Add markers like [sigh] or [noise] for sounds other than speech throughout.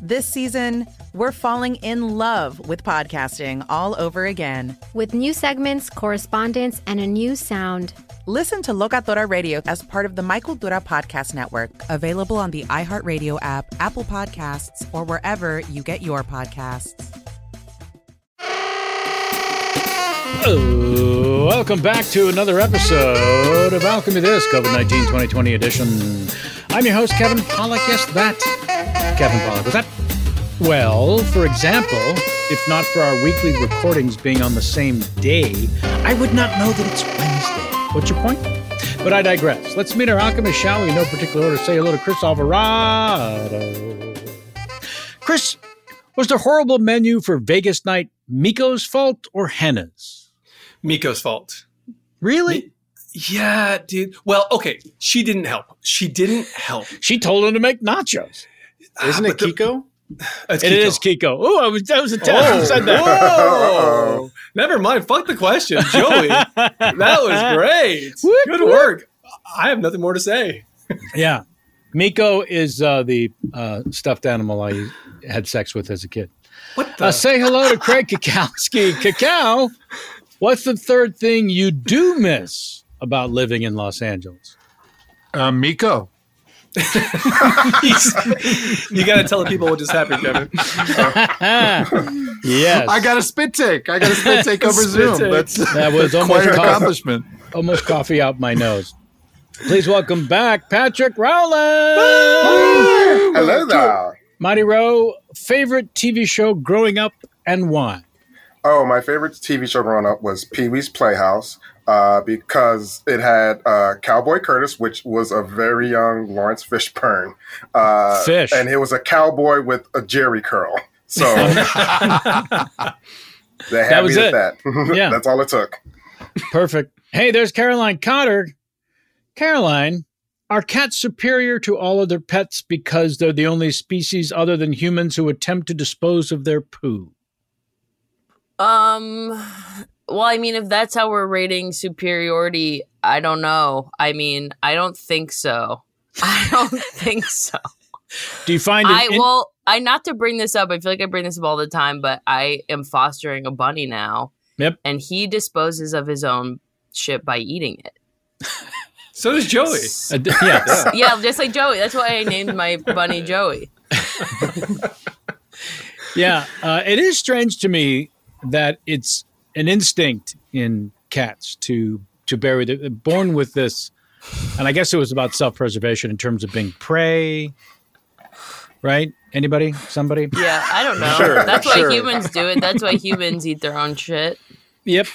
This season, we're falling in love with podcasting all over again. with new segments, correspondence, and a new sound. Listen to Locatora Radio as part of the Michael Dura Podcast Network, available on the iHeartRadio app, Apple Podcasts, or wherever you get your podcasts. Hello. Welcome back to another episode of Alchemy This COVID 19 2020 edition. I'm your host, Kevin Pollock. Yes, that. Kevin Pollock. Was that? Well, for example, if not for our weekly recordings being on the same day, I would not know that it's Wednesday. What's your point? But I digress. Let's meet our alchemist, shall we? In no particular order. Say hello to Chris Alvarado. Chris, was the horrible menu for Vegas night Miko's fault or Hannah's? Miko's fault. Really? Yeah, dude. Well, okay. She didn't help. She didn't help. She told him to make nachos. Isn't it Kiko? It's It Kiko. is Kiko. Oh, I was that was a test. Who said that? Whoa! Never mind. Fuck the question, Joey. that was great. [laughs] Whoop, Good whoop. work. I have nothing more to say. Yeah. Miko is uh, the uh, stuffed animal I had sex with as a kid. What the? Uh, say hello to [laughs] Craig Kakowski. Kakao, what's the third thing you do miss about living in Los Angeles? Uh, [laughs] Miko. you got to tell the people what just happened, [laughs] Kevin. [laughs] Yes. I got a spit take. I got a [laughs] spit take over Spit Zoom. take. That's that was almost [laughs] quite an coffee, accomplishment. almost coffee out my nose. Please welcome back Patrick Rowland. Hello there. Mighty Rowe, favorite TV show growing up and why? [laughs] Oh, my favorite TV show growing up was Pee Wee's Playhouse uh, because it had uh, Cowboy Curtis, which was a very young Lawrence Fishburne. Uh, Fish. And it was a cowboy with a jerry curl. [laughs] So they had was me it. at that. [laughs] Yeah. That's all [laughs] it took. Perfect. Hey, there's Caroline Cotter. Caroline, are cats superior to all other pets because they're the only species other than humans who attempt to dispose of their poo? Um, well, I mean, if that's how we're rating superiority, I don't know. I mean, I don't think so. [laughs] I don't think [laughs] so. Do you find it? I in- well, I not to bring this up. I feel like I bring this up all the time, but I am fostering a bunny now. Yep. And he disposes of his own shit by eating it. So does Joey. [laughs] Uh, d- yeah. Yeah, just like Joey. That's why I named my bunny Joey. yeah, uh, it is strange to me that it's an instinct in cats to to bury the born with this, and I guess it was about self preservation in terms of being prey, right? Anybody, somebody? Yeah, I don't know. Sure, That's sure. why humans do it. That's why humans eat their own shit. Yep.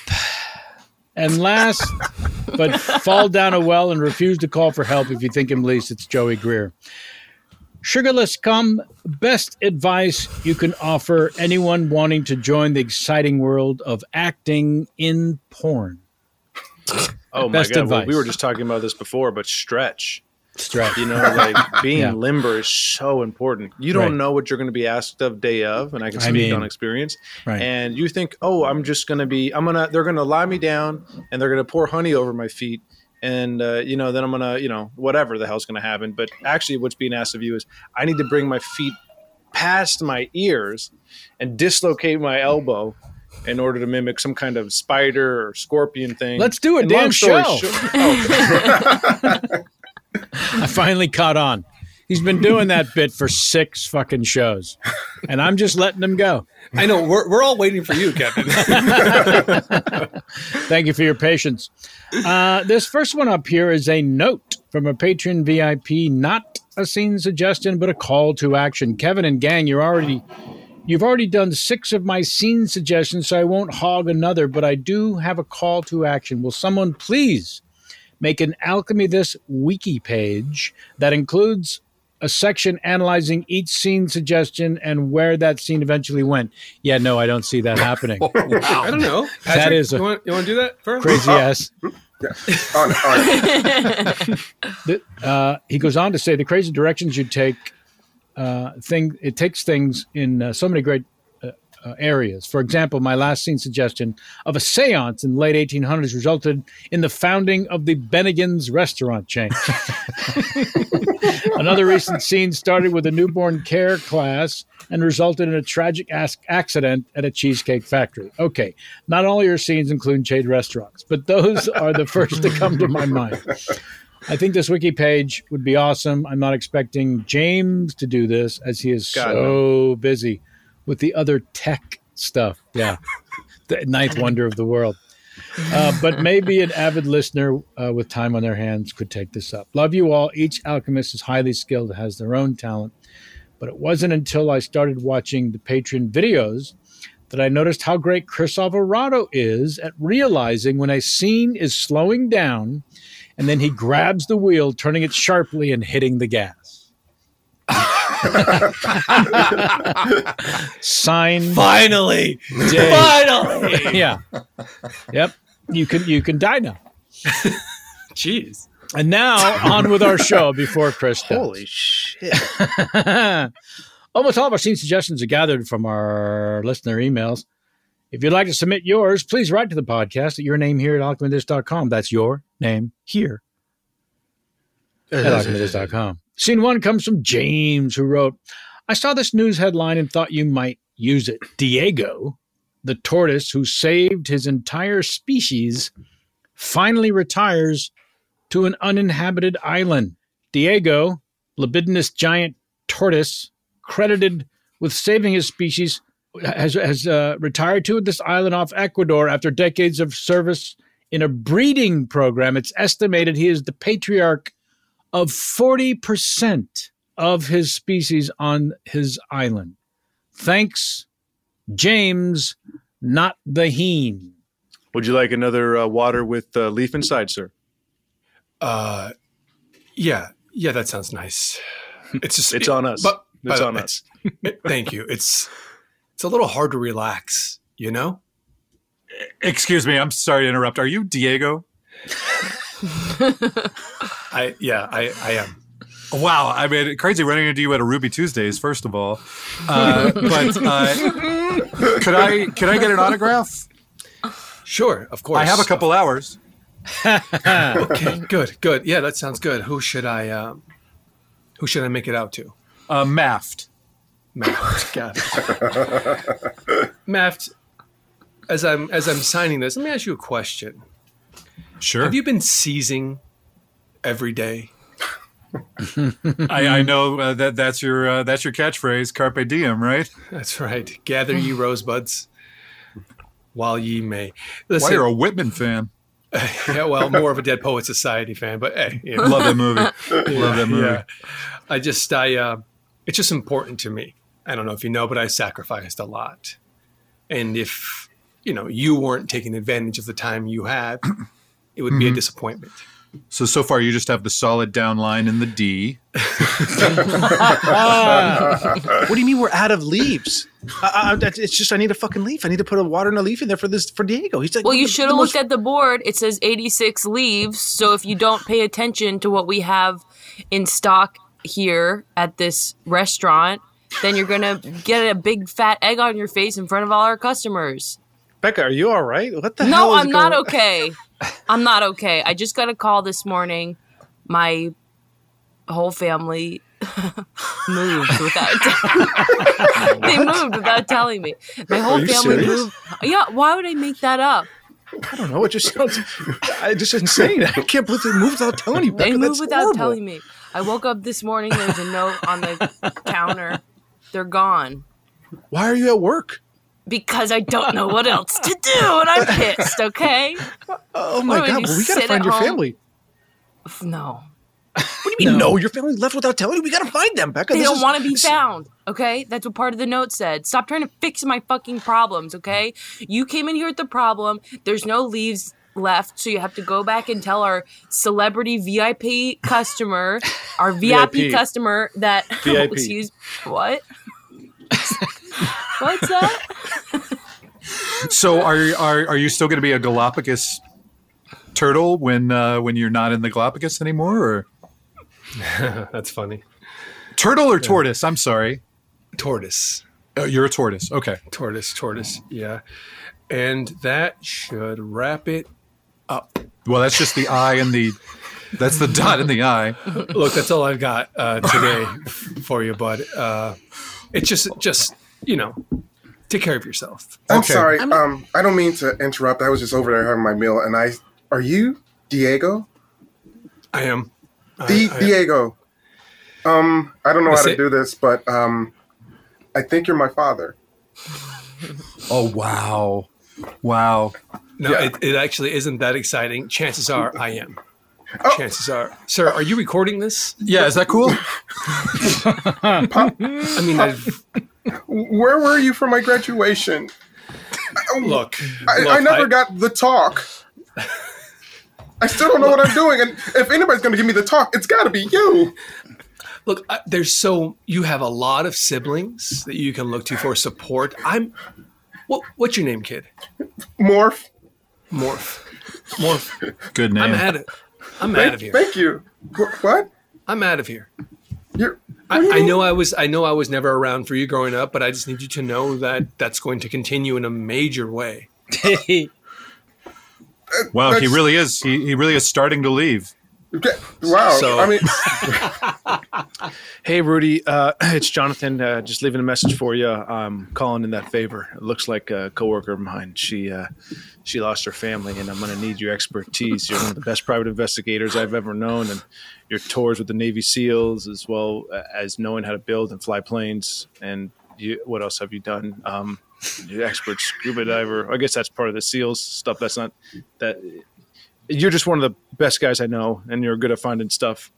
And last, but fall down a well and refuse to call for help if you think him least, it's Joey Greer. Sugarless Cum, best advice you can offer anyone wanting to join the exciting world of acting in porn. Oh my Best god! Well, advice. we were just talking about this before, but stretch, Stretch. You know, like [laughs] being Yeah. limber is so important. You don't Right. know what you're going to be asked of day of, and I can I speak mean- on experience. Right. And you think, oh, I'm just going to be, I'm gonna, they're going to lie me down, and they're going to pour honey over my feet, and uh, you know, then I'm going to, you know, whatever the hell's going to happen. But actually, what's being asked of you is, I need to bring my feet past my ears and dislocate my elbow. In order to mimic some kind of spider or scorpion thing, Let's do a And damn long story show. short- I finally caught on. He's been doing that bit for six fucking shows, and I'm just letting him go. I know we're we're all waiting for you, Kevin. Thank you for your patience. Uh, this first one up here is a note from a patron VIP, not a scene suggestion, but a call to action. Kevin and gang, you're already you've already done six of my scene suggestions, so I won't hog another, but I do have a call to action. Will someone please make an Alchemy This wiki page that includes a section analyzing each scene suggestion and where that scene eventually went. Yeah, no, I don't see that happening. I don't know. That Patrick, is a- you want you want to do that first? Crazy [laughs] ass. Oh, On, on. The- uh, he goes on to say the crazy directions you take uh, thing it takes things in uh, so many great uh, uh, areas. For example, my last scene suggestion of a séance in the late 1800s resulted in the founding of the Bennigan's restaurant chain. Another recent scene started with a newborn care class and resulted in a tragic as- accident at a cheesecake factory. Okay, not all your scenes include shade restaurants, but those are the first to come to my mind. I think this wiki page would be awesome. I'm not expecting James to do this as he is God, so busy with the other tech stuff. Yeah, the ninth wonder of the world. Uh, but maybe an avid listener uh, with time on their hands could take this up. Love you all. Each alchemist is highly skilled, has their own talent. But it wasn't until I started watching the Patreon videos that I noticed how great Chris Alvarado is at realizing when a scene is slowing down and then he grabs the wheel, turning it sharply and hitting the gas. Sign. Finally. Day. Finally. [laughs] yeah. Yep. You can you can die now. [laughs] Jeez. And now on with our show before Chris does. Holy shit. [laughs] Almost all of our scene suggestions are gathered from our listener emails. If you'd like to submit yours, please write to the podcast at your name here at alchemist.com. That's your name here at alchemist.com. Scene one comes from James, who wrote, I saw this news headline and thought you might use it. Diego, the tortoise who saved his entire species, finally retires to an uninhabited island. Diego, libidinous giant tortoise, credited with saving his species, has, has uh, retired to this island off Ecuador after decades of service in a breeding program. It's estimated he is the patriarch of 40% of his species on his island. Thanks, James, not the heen. [laughs] Would you like another uh, water with uh, leaf inside, sir? Uh, yeah, yeah, that sounds [laughs] nice. It's just It's on us. But, It's but on us. it's- thank you. It's it's a little hard to relax, you know. Excuse me, I'm sorry to interrupt. Are you [laughs] Diego? I yeah, I I am. Wow, I mean, crazy running into you at a Ruby Tuesdays. First of all, [laughs] uh, but uh, could I could I get an [laughs] autograph? Sure, of course. I have a couple hours. [laughs] okay, good, good. Yeah, that sounds good. Who should I um, who should I make it out to? Uh, Maft. Maft. [laughs] Got it. Maft. As I'm as I'm signing this, let me ask you a question. Sure. Have you been seizing every day? [laughs] I, I know uh, that that's your uh, that's your catchphrase, carpe diem, right? That's right. Gather ye rosebuds while ye may. Why you're a Whitman fan? yeah, well, more of a Dead Poet Society fan, but hey, you know. Love that [laughs] movie. Love that movie. I just I uh, it's just important to me. I don't know if you know, but I sacrificed a lot, and if you know you weren't taking advantage of the time [clears throat] you had, it would be a Mhm. disappointment. So so far, you just have the solid down line in the D. what do you mean we're out of leaves? I, I, that's- it's just I need a fucking leaf. I need to put a water and a leaf in there for this for Diego. He's like, Well, you the- should the have most- looked at the board. It says 86 leaves. So if you don't pay attention to what we have in stock here at this restaurant, then you're going to get a big fat egg on your face in front of all our customers. Becca, are you all right? What the hell? No, is I'm not going- okay. I'm not okay. I just got a call this morning. My whole family [laughs] moved without they moved without telling me. My whole Are you family serious? moved. Yeah, why would I make that up? I don't know. It just sounds I, just insane. I can't believe they moved without telling you. Becca, They move that's without horrible. telling me. I woke up this morning. There was a note on the counter. They're gone Why are you at work? because I don't know what else to do, and I'm pissed. Okay. Oh my What am I god! gonna Well, we do, gotta sit find at your home? family. No, [laughs] What do you mean? No. your family left without telling you. We gotta find them, Becca. they This don't is- want to be this- found. Okay, that's what part of the note said. Stop trying to fix my fucking problems. Okay, you came in here with the problem. There's no leaves left, so you have to go back and tell our celebrity VIP customer, [laughs] our VIP, VIP. customer that [laughs] VIP. excuse what? What's that? [laughs] So are are are you still going to be a Galapagos turtle when uh, when you're not in the Galapagos anymore? Or [laughs] that's funny. Turtle or tortoise? I'm sorry. Tortoise. Oh, you're a tortoise. Okay. Tortoise, tortoise, yeah. And that should wrap it up. Well, that's just the eye and the that's the dot in the eye. [laughs] Look, that's all I've got uh, today [laughs] for you, bud. Uh, it's just, just you know, take care of yourself. I'm sorry. um, I don't mean to interrupt. I was just over there having my meal, and I are you Diego? I am. Di- I- I- Diego. Um, I don't know Is how to it- do this, but um, I think you're my father. Oh wow, wow. No, it, it actually isn't that exciting. Chances are, I am. Oh. Chances are, sir. Are [laughs] you recording this? Yeah, is that cool? [laughs] I mean, Oh, I've, [laughs] Where were you for my graduation? [laughs] look, I, I look, never got the talk. I still don't know what I'm doing, and if anybody's going to give me the talk, it's got to be you. Look, I, there's so you have a lot of siblings that you can look to for support. I'm. What, what's your name, kid? Morph. Morph. Morph. Good name. I'm out of. I'm thank, out of here. Thank you. Wh- What? I'm out of here. You're. I, what do you I mean? know I was. I know I was never around for you growing up, but I just need you to know that that's going to continue in a major [laughs] way. Wow, he That's- really is. He, he really is starting to leave. Wow. So- I mean, Hey, Rudy, uh, [clears throat] it's Jonathan. Uh, just leaving a message for you. I'm calling in that favor. It looks like a coworker of mine. She uh, she lost her family, and I'm going to need your expertise. You're one of the best private investigators I've ever known, and your tours with the Navy SEALs, as well uh, as knowing how to build and fly planes. And you, what else have you done? Um, you're an expert scuba diver. I guess that's part of the SEALs stuff. That's not that. You're just one of the best guys I know, and you're good at finding stuff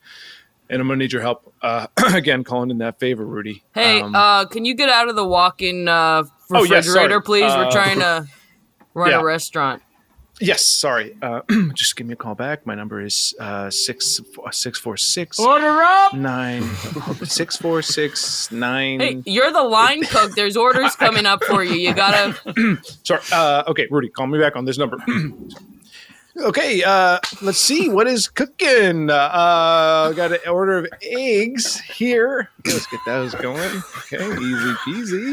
and I'm gonna need your help uh, [clears throat] again. Calling in that favor, Rudy. Hey, Um, uh, can you get out of the walk-in uh, Oh, yeah, sorry. refrigerator, please? We're Uh, trying [laughs] to run yeah. a restaurant. yes, sorry. Uh, [clears throat] just give me a call back. My number is uh, six four- six four six Order up! nine [laughs] six four six nine. Hey, you're the line cook. There's orders coming up for you. You gotta. [clears throat] sorry. Uh, okay, Rudy, call me back on this number. [clears throat] okay, uh, let's see what is cooking. Uh, got an order of eggs here. Let's get those going. Okay, easy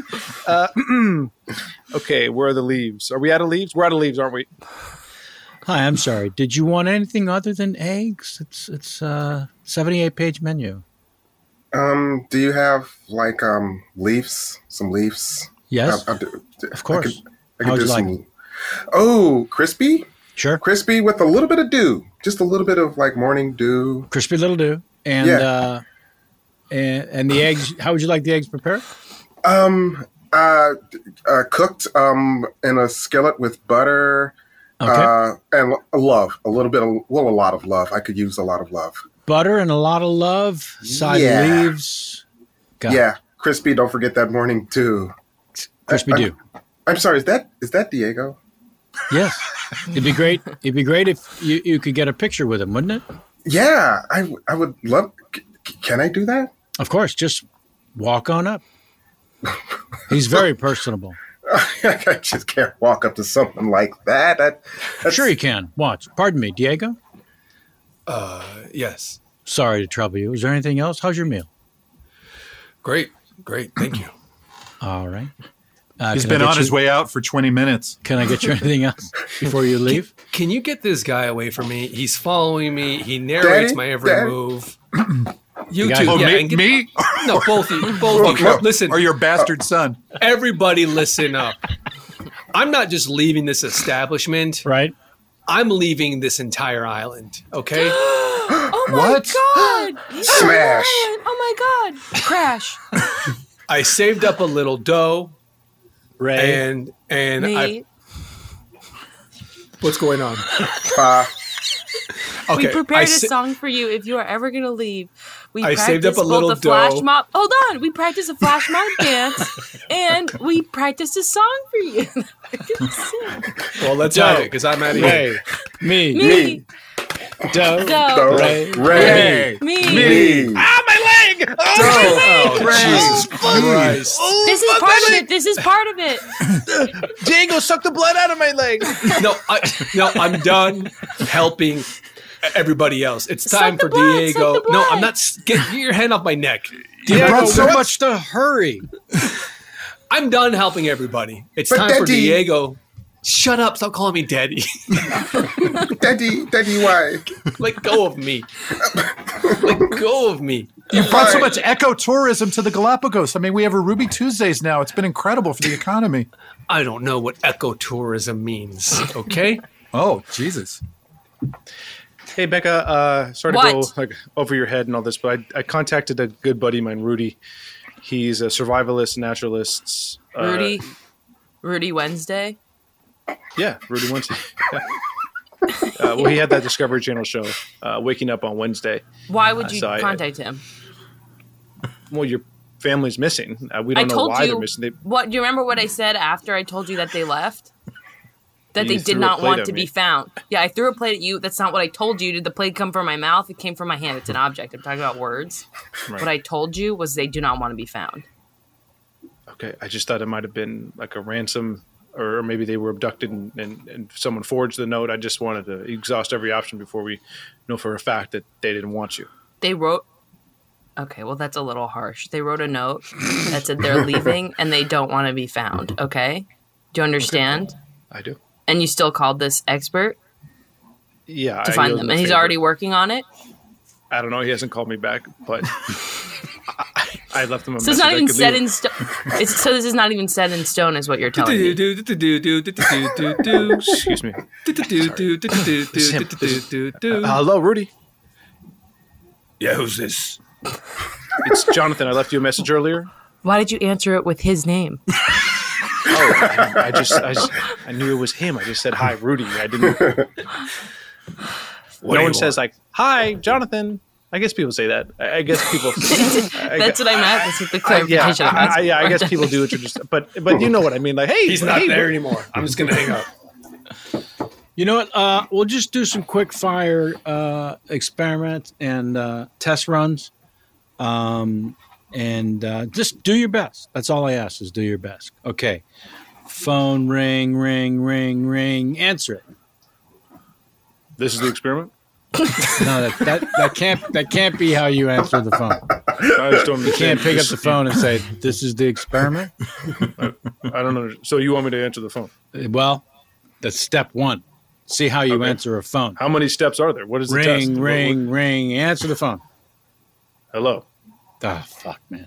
peasy. Uh, [clears throat] okay, where are the leaves? Are we out of leaves? We're out of leaves, aren't we? Hi, I'm sorry. Did you want anything other than eggs? It's it's uh, 78 page menu. um, do you have like um leaves? Some leaves? Yes. I, I do- Of course. I can, How I can would do you like some. Oh, crispy. Sure. Crispy with a little bit of dew, just a little bit of like morning dew. Crispy little dew. and Yeah. uh, and, and the [laughs] eggs. How would you like the eggs prepared? Um, uh, uh, cooked um in a skillet with butter, uh, and lo- love a little bit of well, a lot of love. I could use a lot of love. Butter and a lot of love, side Yeah. leaves. Got it. yeah, crispy. Don't forget that morning too. Crispy I- I- do. I'm sorry. Is that is that Diego? [laughs] Yes, it'd be great. It'd be great if you, you could get a picture with him, wouldn't it? Yeah, I w- I would love. c- c- Can I do that? Of course, just walk on up. He's [laughs] very personable. I just can't walk up to someone like that. that sure, you can. Watch. Pardon me, Diego. Uh, yes. Sorry to trouble you. Is there anything else? How's your meal? Great. Great. Thank you. All right. Uh, He's can I been get on you- his way out for 20 minutes. Can I get you anything else before you leave? Can you get this guy away from me? He's following me. He narrates Daddy? my every Daddy? move. [clears throat] You The guy two, who- Oh, yeah, me- and get- me? [laughs] No, [laughs] both of you. Both of you. Okay. Listen. Uh, Or your bastard son. Everybody, listen up. I'm not just leaving this establishment. Right. I'm leaving this entire island. Okay. [gasps] oh my What? [gasps] god! Smash. Oh my god! Crash. I saved up a little dough. Ray. And [gasps] and I. Me. What's [laughs] going on? we prepared I a sa- song for you if you are ever gonna leave. We I saved up practiced a both little the flash dough. mob. Hold on, we practiced a flash [laughs] mob dance, and we practiced a song for you. Well, let's Doe. have it because I'm out of Ray. here. Me. Me. Doe. Doe. Doe. Ray. Ray. Me. Me. Ah, my leg! [laughs] Oh, my leg! Jesus Christ. Oh, this is part of it. This is part of [laughs] it. Django sucked the blood out of my leg. no, I, no, I'm done helping everybody else. It's Suck time the for blood, Diego. suck the No, I'm not. s- Get your hand off my neck. Diego, Diego, so what- much to hurry. I'm done helping everybody. It's But time for Daddy- Diego. Shut up! Stop calling me daddy. Daddy, Daddy, why? Let go of me. Let go of me. You brought so much ecotourism to the Galapagos. I mean, we have a Ruby Tuesdays now. It's been incredible for the [laughs] economy. I don't know what ecotourism means. Okay. Oh Jesus. Hey Becca, uh, sorry to What? go like over your head and all this, but I, I contacted a good buddy of mine, Rudy. He's a survivalist, naturalist. uh, Rudy. Rudy Wednesday. yeah, Rudy Wednesday. Yeah. uh, well, he had that Discovery Channel show, uh, Waking Up on Wednesday. Why would Uh, you so I- contact him? Well, your family's missing. Uh, we don't I know told why you they're missing. They, what. Do you remember what I said after I told you that they [laughs] left? That You they did threw a not plate want at to me. be found. Yeah, I threw a plate at you. That's not what I told you. Did the plate come from my mouth? It came from my hand. It's an object. I'm talking about words. [laughs] Right. What I told you was they do not want to be found. okay, I just thought it might have been like a ransom, or maybe they were abducted and, and, and someone forged the note. I just wanted to exhaust every option before we know for a fact that they didn't want you. They wrote. Okay, well that's a little harsh. They wrote a [laughs] note that said they're leaving and they don't want to be found. Okay, do you understand? I do. And you still called this expert Yeah, to I find owe them, him a and he's favor. already working on it. I don't know. He hasn't called me back, [laughs] but I, I left him a So it's message. not I even could set leave- in stone. So this is not even set in stone, is what you're telling [laughs] me. Excuse me. It's him. This is- Uh, hello, Rudy. Yeah, who's this? It's Jonathan. I left you a message earlier. Why did you answer it with his name? Oh, I, I just, I just, I knew it was him. I just said hi, Rudy. I [laughs] didn't. What do no you one says like hi, Jonathan. I guess people say that. I, I guess [laughs] people. [laughs] I- That's what I meant. That's what the I- yeah, clarification. I, I, yeah, [laughs] I guess people do it. to Just, but, but you know what I mean. Like, hey, He's not hey, there Ru- anymore. I'm just gonna hang up. You know what? Uh, we'll just do some quick fire uh, experiments and uh, test runs, um, and uh, just do your best. That's all I ask is do your best. Okay. Phone ring, ring, ring, ring. Answer it. This is the [laughs] experiment. No, that, that, that can't that can't be how you answer the phone. just don't You can't understand. pick up the phone and say, "This is the experiment." I don't know. So you want me to answer the phone? Uh, Well, that's step one. See how you answer a phone. How many steps are there? What is the ring, test? Ring, ring, ring. Answer the phone. Hello. Ah, fuck, [laughs] man.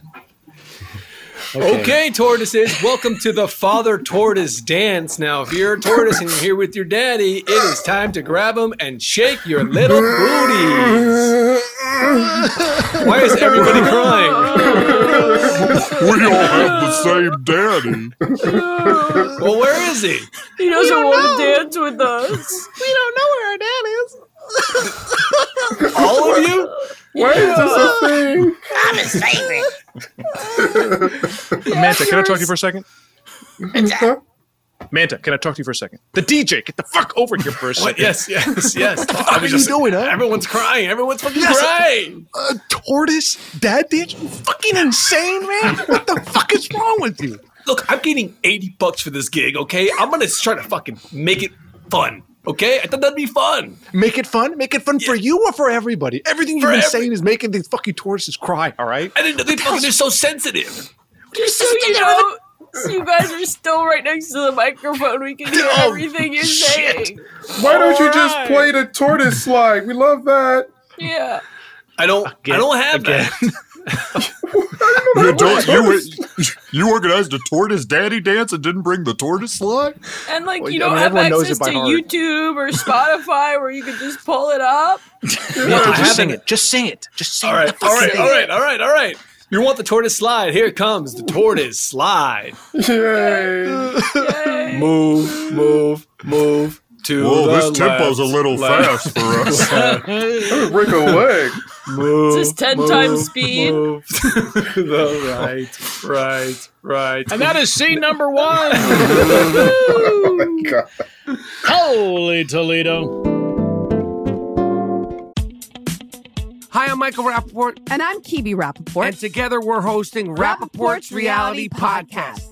Okay. tortoises, welcome to the father tortoise dance. Now, if you're a tortoise and you're here with your daddy, it is time to grab him and shake your little booties. Why is everybody crying? we all have the same daddy. well, where is he? He doesn't want to dance with us. We don't know where our dad is. [laughs] All of you? Why is this a thing? I'm his favorite. Manta, can I talk to you for a second? Manta, can I talk to you for a second? The DJ, get the fuck over here [laughs] for a second. What? Yes, [laughs] yes, yes. What the I fuck are was you doing, huh? Everyone's crying. Everyone's fucking Yes. crying. A tortoise dad dance? You fucking insane, man! What the fuck is wrong with you? Look, I'm getting 80 bucks for this gig, okay? I'm gonna try to fucking make it fun, okay? I thought that'd be fun. Make it fun. Make it fun for you or for everybody. Everything you've For been every- saying is making these fucking tortoises cry. All right. I didn't know they fucking, they're so sensitive. Just so you know, so you guys are still right next to the microphone. We can hear everything you're saying. Why don't you All just right. play the tortoise slide? We love that. Yeah. I don't. I don't have that. [laughs] [laughs] You don't. You you organized a tortoise daddy dance and didn't bring the tortoise slide. And like Well, you I don't mean, have everyone knows access it by to heart. YouTube or Spotify where you can just pull it up. No, I just sing haven't. it. Just sing it. Just sing All it. right, all right, all right, all right, all right. You want the tortoise slide? Here it comes. The tortoise slide. Move, move, move to Whoa, the this tempo's left, a little left, fast for us. left. Break a leg. Move, Just ten move, times speed. move to [laughs] the right, right, right. And that is scene [laughs] number one. Oh Holy Toledo. Hi, I'm Michael Rappaport. And I'm Kibi Rappaport. And together we're hosting Rappaport's Reality Podcast.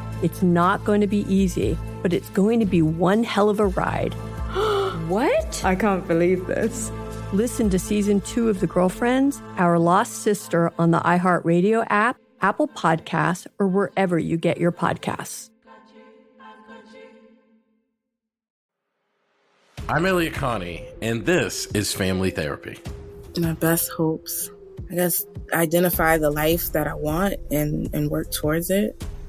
It's not going to be easy, but it's going to be one hell of a ride. [gasps] what? I can't believe this. Listen to season two of The Girlfriends, Our Lost Sister on the iHeartRadio app, Apple Podcasts, or wherever you get your podcasts. I'm Elliot Connie, and this is Family Therapy. my best hopes. I guess identify the life that I want and, and work towards it.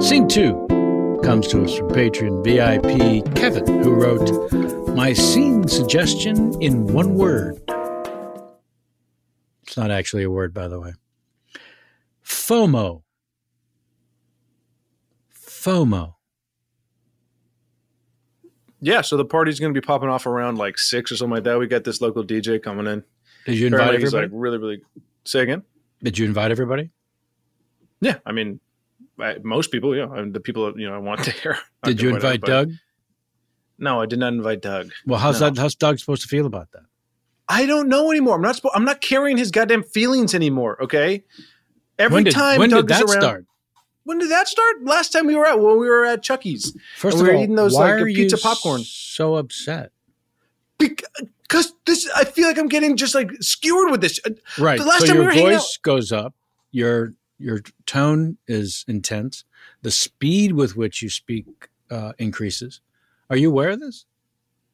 Scene two comes to us from Patreon VIP Kevin, who wrote, My scene suggestion in one word. It's not actually a word, by the way. FOMO. FOMO. Yeah, so the party's going to be popping off around like six or something like that. We got this local DJ coming in. Did you invite Apparently he's, everybody? Like really, really. Say again. Did you invite everybody? Yeah, I mean, I, most people. Yeah, I mean, the people that, you know I want to [laughs] hear. Did you invite Doug? No, I did not invite Doug. Well, how's No. that? How's Doug supposed to feel about that? I don't know anymore. I'm not. Spo- I'm not carrying his goddamn feelings anymore. Okay. Every When did- time when Doug did is that around- start? When did that start? Last time we were out when we were at Chucky's. First And of we were all, eating those why like are pizza you popcorn. So upset. Because this, I feel like I'm getting just like skewered with this. Uh, Right. The last so time we your were hanging out, voice goes up. Your your tone is intense. The speed with which you speak uh, increases. Are you aware of this? [laughs]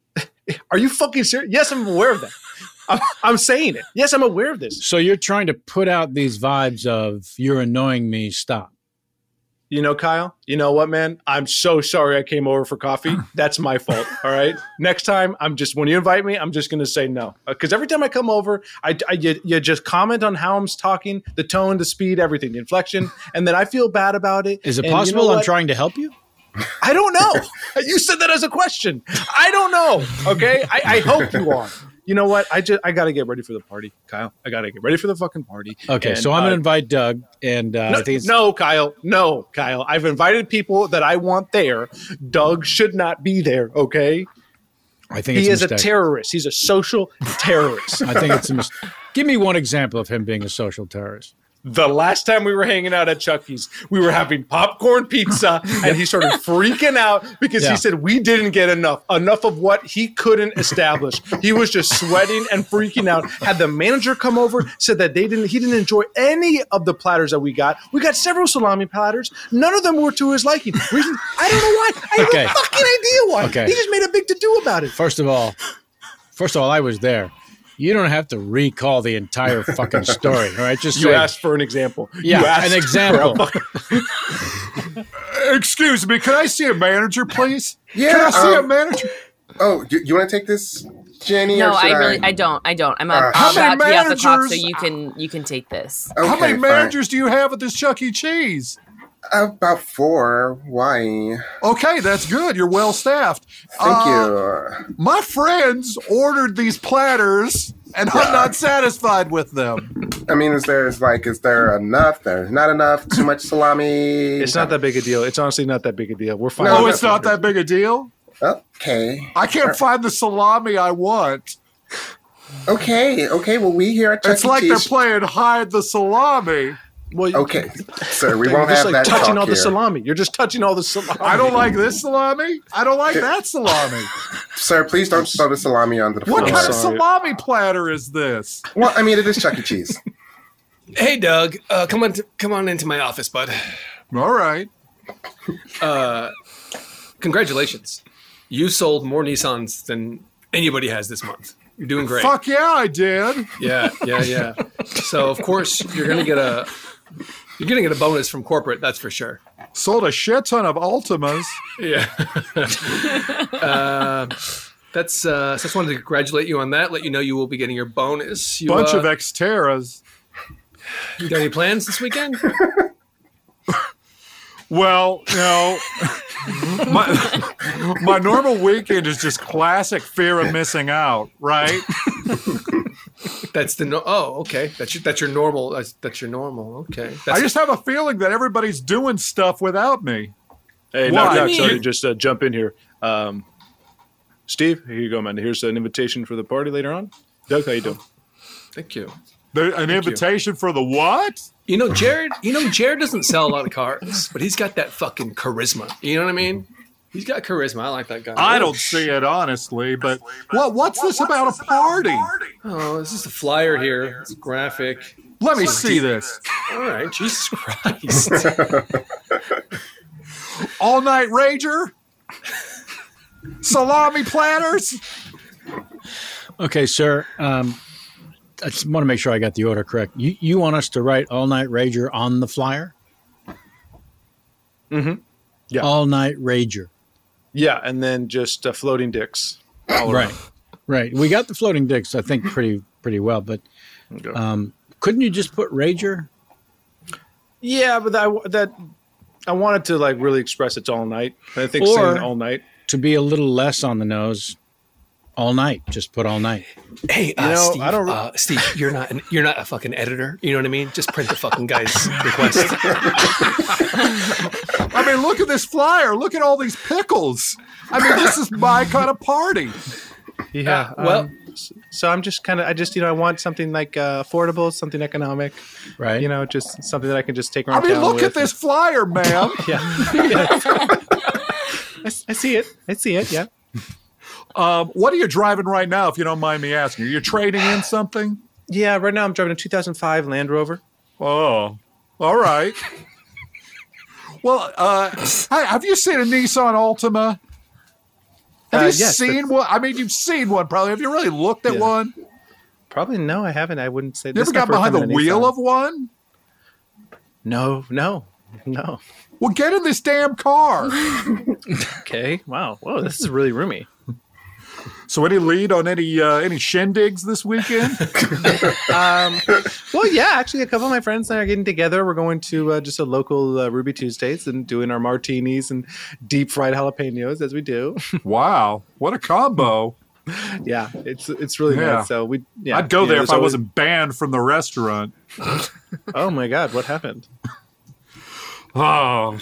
Are you fucking serious? Yes, I'm aware of that. [laughs] I'm, I'm saying it. Yes, I'm aware of this. So you're trying to put out these vibes of "you're annoying me, stop." You know, Kyle, you know what, man? I'm so sorry I came over [laughs] for coffee. That's my fault. All right. Next time, I'm just, when you invite me, I'm just going to say no. Because every time I come over, I, I you, you just comment on how I'm talking, the tone, the speed, everything, the inflection. And then I feel bad about it. Is it And you know possible I'm what? trying to help you? I don't know. [laughs] you said that as a question. I don't know. Okay. I, I hope you are. You know what? I just I gotta get ready for the party, Kyle. I gotta get ready for the fucking party. Okay, And, so I'm uh, going to invite Doug, and uh, no, I think it's, no, Kyle. No, Kyle. I've invited people that I want there. Doug should not be there. Okay. I think He it's is a mistake. terrorist. He's a social terrorist. [laughs] I think it's a mis- Give me one example of him being a social terrorist. [laughs] the last time we were hanging out at Chucky's, we were having popcorn [laughs] pizza, and he started freaking out because Yeah. he said we didn't get enough, enough of what he couldn't establish. he was just sweating and freaking out. Had the manager come over, said that they didn't, he didn't enjoy any of the platters that we got. We got [laughs] several salami platters. None of them were to his liking. Reason, I don't know why. I have Okay. no fucking idea why. Okay. He just made a big to do about it. First of all, first of all, I was there. You don't have to recall the [laughs] entire fucking story, all right? Just you say- asked for an example. Yeah, You an asked for a example. [laughs] fucking- Excuse me, can I see a manager, please? Can I Yeah, see a um, manager? Oh, you, you want to take this, Jenny? no, or I should really, I don't, I don't. I'm, Uh, a, How I'm about to many be off the clock, so managers- you can, you can take this. How Okay, many fine. managers do you have at this Chuck E. Cheese? About four. Why? Okay, that's good. You're well staffed. Thank Uh, you. My friends ordered these platters and I'm not satisfied with them. I mean, is there is like, is there enough? There's not enough. Too much salami. It's not that big a deal. It's honestly not that big a deal. We're fine. No, Oh, it's not that big a deal. Okay. I can't find the salami I want. Okay, okay. Well, we here at Chuck It's E. like they're Cheese- playing hide the salami. Well, okay, sir. [laughs] We You're won't just have like that touching talk all the here. salami. You're just touching all the salami. I don't like this salami. I don't like that salami. Sir, please don't throw the salami onto the floor. What kind of salami platter is this? Well, I mean, it is Chuck E. Cheese. Hey, Doug, uh, come on, t- come on into my office, bud. All right. Uh, congratulations, you sold more Nissans than anybody has this month. You're doing great. Fuck yeah, I did. Yeah, yeah, yeah. so of course you're gonna get a you're gonna get a bonus from corporate. That's for sure. Sold a shit ton of Ultimas. Yeah. [laughs] uh, that's uh, so I just wanted to congratulate you on that. Let you know you will be getting your bonus. You, bunch uh, of Xterras. [sighs] You got any plans this weekend? [laughs] Well, you know, [laughs] my, [laughs] my normal weekend is just classic fear of missing out, [laughs] right? That's the no- oh okay. That's your that's your normal. That's, that's your normal. Okay. That's I just have a feeling that everybody's doing stuff without me. Hey, Why? no, I no, mean- sorry to just uh, jump in here. Um, Steve, here you go, man. Here's an invitation for the party later on. Doug, how you doing? Thank you. There, an you. invitation for the what? You know, Jared. You know, Jared doesn't sell a lot of cars, but he's got that fucking charisma. You know what I mean? He's got charisma. I like that guy. I don't see it honestly, but what? What's this about a party? Oh, this is a flyer here. It's a graphic. Let me see this. All right, Jesus Christ. [laughs] All night rager, salami platters. Okay, sir. Um, I just want to make sure I got the order correct. You you want us to write all night rager on the flyer? Mm-hmm. Yeah. All night rager. Yeah, and then just uh, floating dicks. all right. around. Right. We got the floating dicks, I think, pretty pretty well. But um, couldn't you just put rager? Yeah, but I, that I wanted to like really express it's all night. I think Or- saying all night. to be a little less on the nose all night. Just put all night. Hey, uh, You know, Steve, I don't- uh, Steve, you're not an, you're not a fucking editor. You know what I mean? Just print the fucking [laughs] guy's request. I mean, look at this flyer. Look at all these pickles. I mean, this is my kind of party. Yeah. well- well, so I'm just kind of I just you know I want something like uh, affordable, something economic, right? You know, just something that I can just take I around. mean, town look with. at this flyer, ma'am. [laughs] yeah. I, s- I see it. I see it. Yeah. Um, what are you driving right now, if you don't mind me asking? Are you trading in something? Yeah. Right now I'm driving a 2005 Land Rover. Oh, all right. well, uh, hey, have you seen a Nissan Altima? Have Uh, you yes, seen one? I mean, you've seen one probably. Have you really looked at Yeah. one? Probably no, I haven't. I wouldn't say. You ever got behind the wheel of one? No, no, no. Well, get in this damn car. Okay. Wow. Whoa, this is really roomy. so, any lead on any uh, any shindigs this weekend? Um, well, yeah. Actually, a couple of my friends and I are getting together. We're going to uh, just a local uh, Ruby Tuesdays and doing our martinis and deep fried jalapenos as we do. [laughs] wow, what a combo! yeah, it's it's really Yeah. nice. So we. [laughs] Yeah, I'd go you know, there there's if I always- wasn't banned from the restaurant. [laughs] Oh my God! What happened? Oh.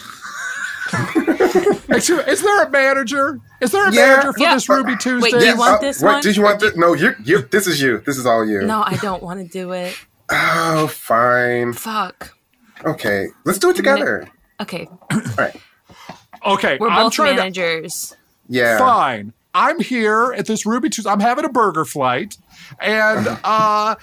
Excuse me, [laughs] is there a manager? Is there a Yeah. manager for Yeah. this Ruby Wait, Tuesday? do you want Uh, [laughs] this wait, one? Did you want this? No, you. You. This is you. This is all you. No, I don't want to do it. Oh, fine. Fuck. Okay, let's do it together. Okay, Okay, we're I'm both trying to. managers. Yeah. Fine. I'm here at this Ruby Tuesday. I'm having a burger flight, and [laughs] uh,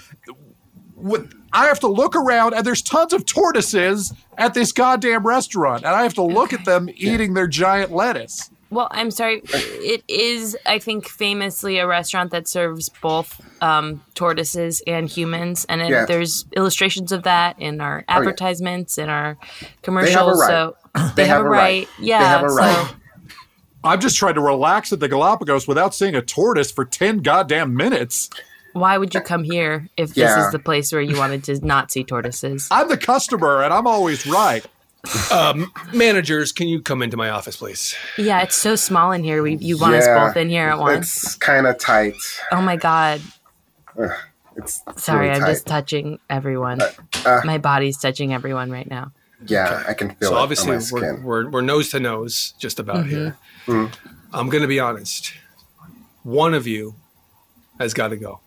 with, I have to look around, and there's tons of tortoises at this goddamn restaurant, and I have to look at them eating their giant lettuce. Well, I'm sorry. It is, I think, famously a restaurant that serves both um, tortoises and humans, and it, Yeah. Oh, there's illustrations of that in our yeah. advertisements, in our They have a commercials. right. So They have a right. Yeah. They have a right. So, [laughs] I'm just trying to relax at the Galapagos without seeing a tortoise for ten goddamn minutes. why would you come here if this Yeah. is the place where you wanted to not see [laughs] tortoises? I'm the customer, and I'm always right. um, managers, can you come into my office, please? Yeah, it's so small in here. We you want us Yeah. both in here at once? It's kind of tight. Oh my god. Ugh. It's Sorry, really I'm tight. just touching everyone. My body's touching everyone right now. Yeah, I can feel so it on obviously my we're, skin. we're, we're nose to nose just about Mhm. here. I'm going to be honest. One of you has got to go.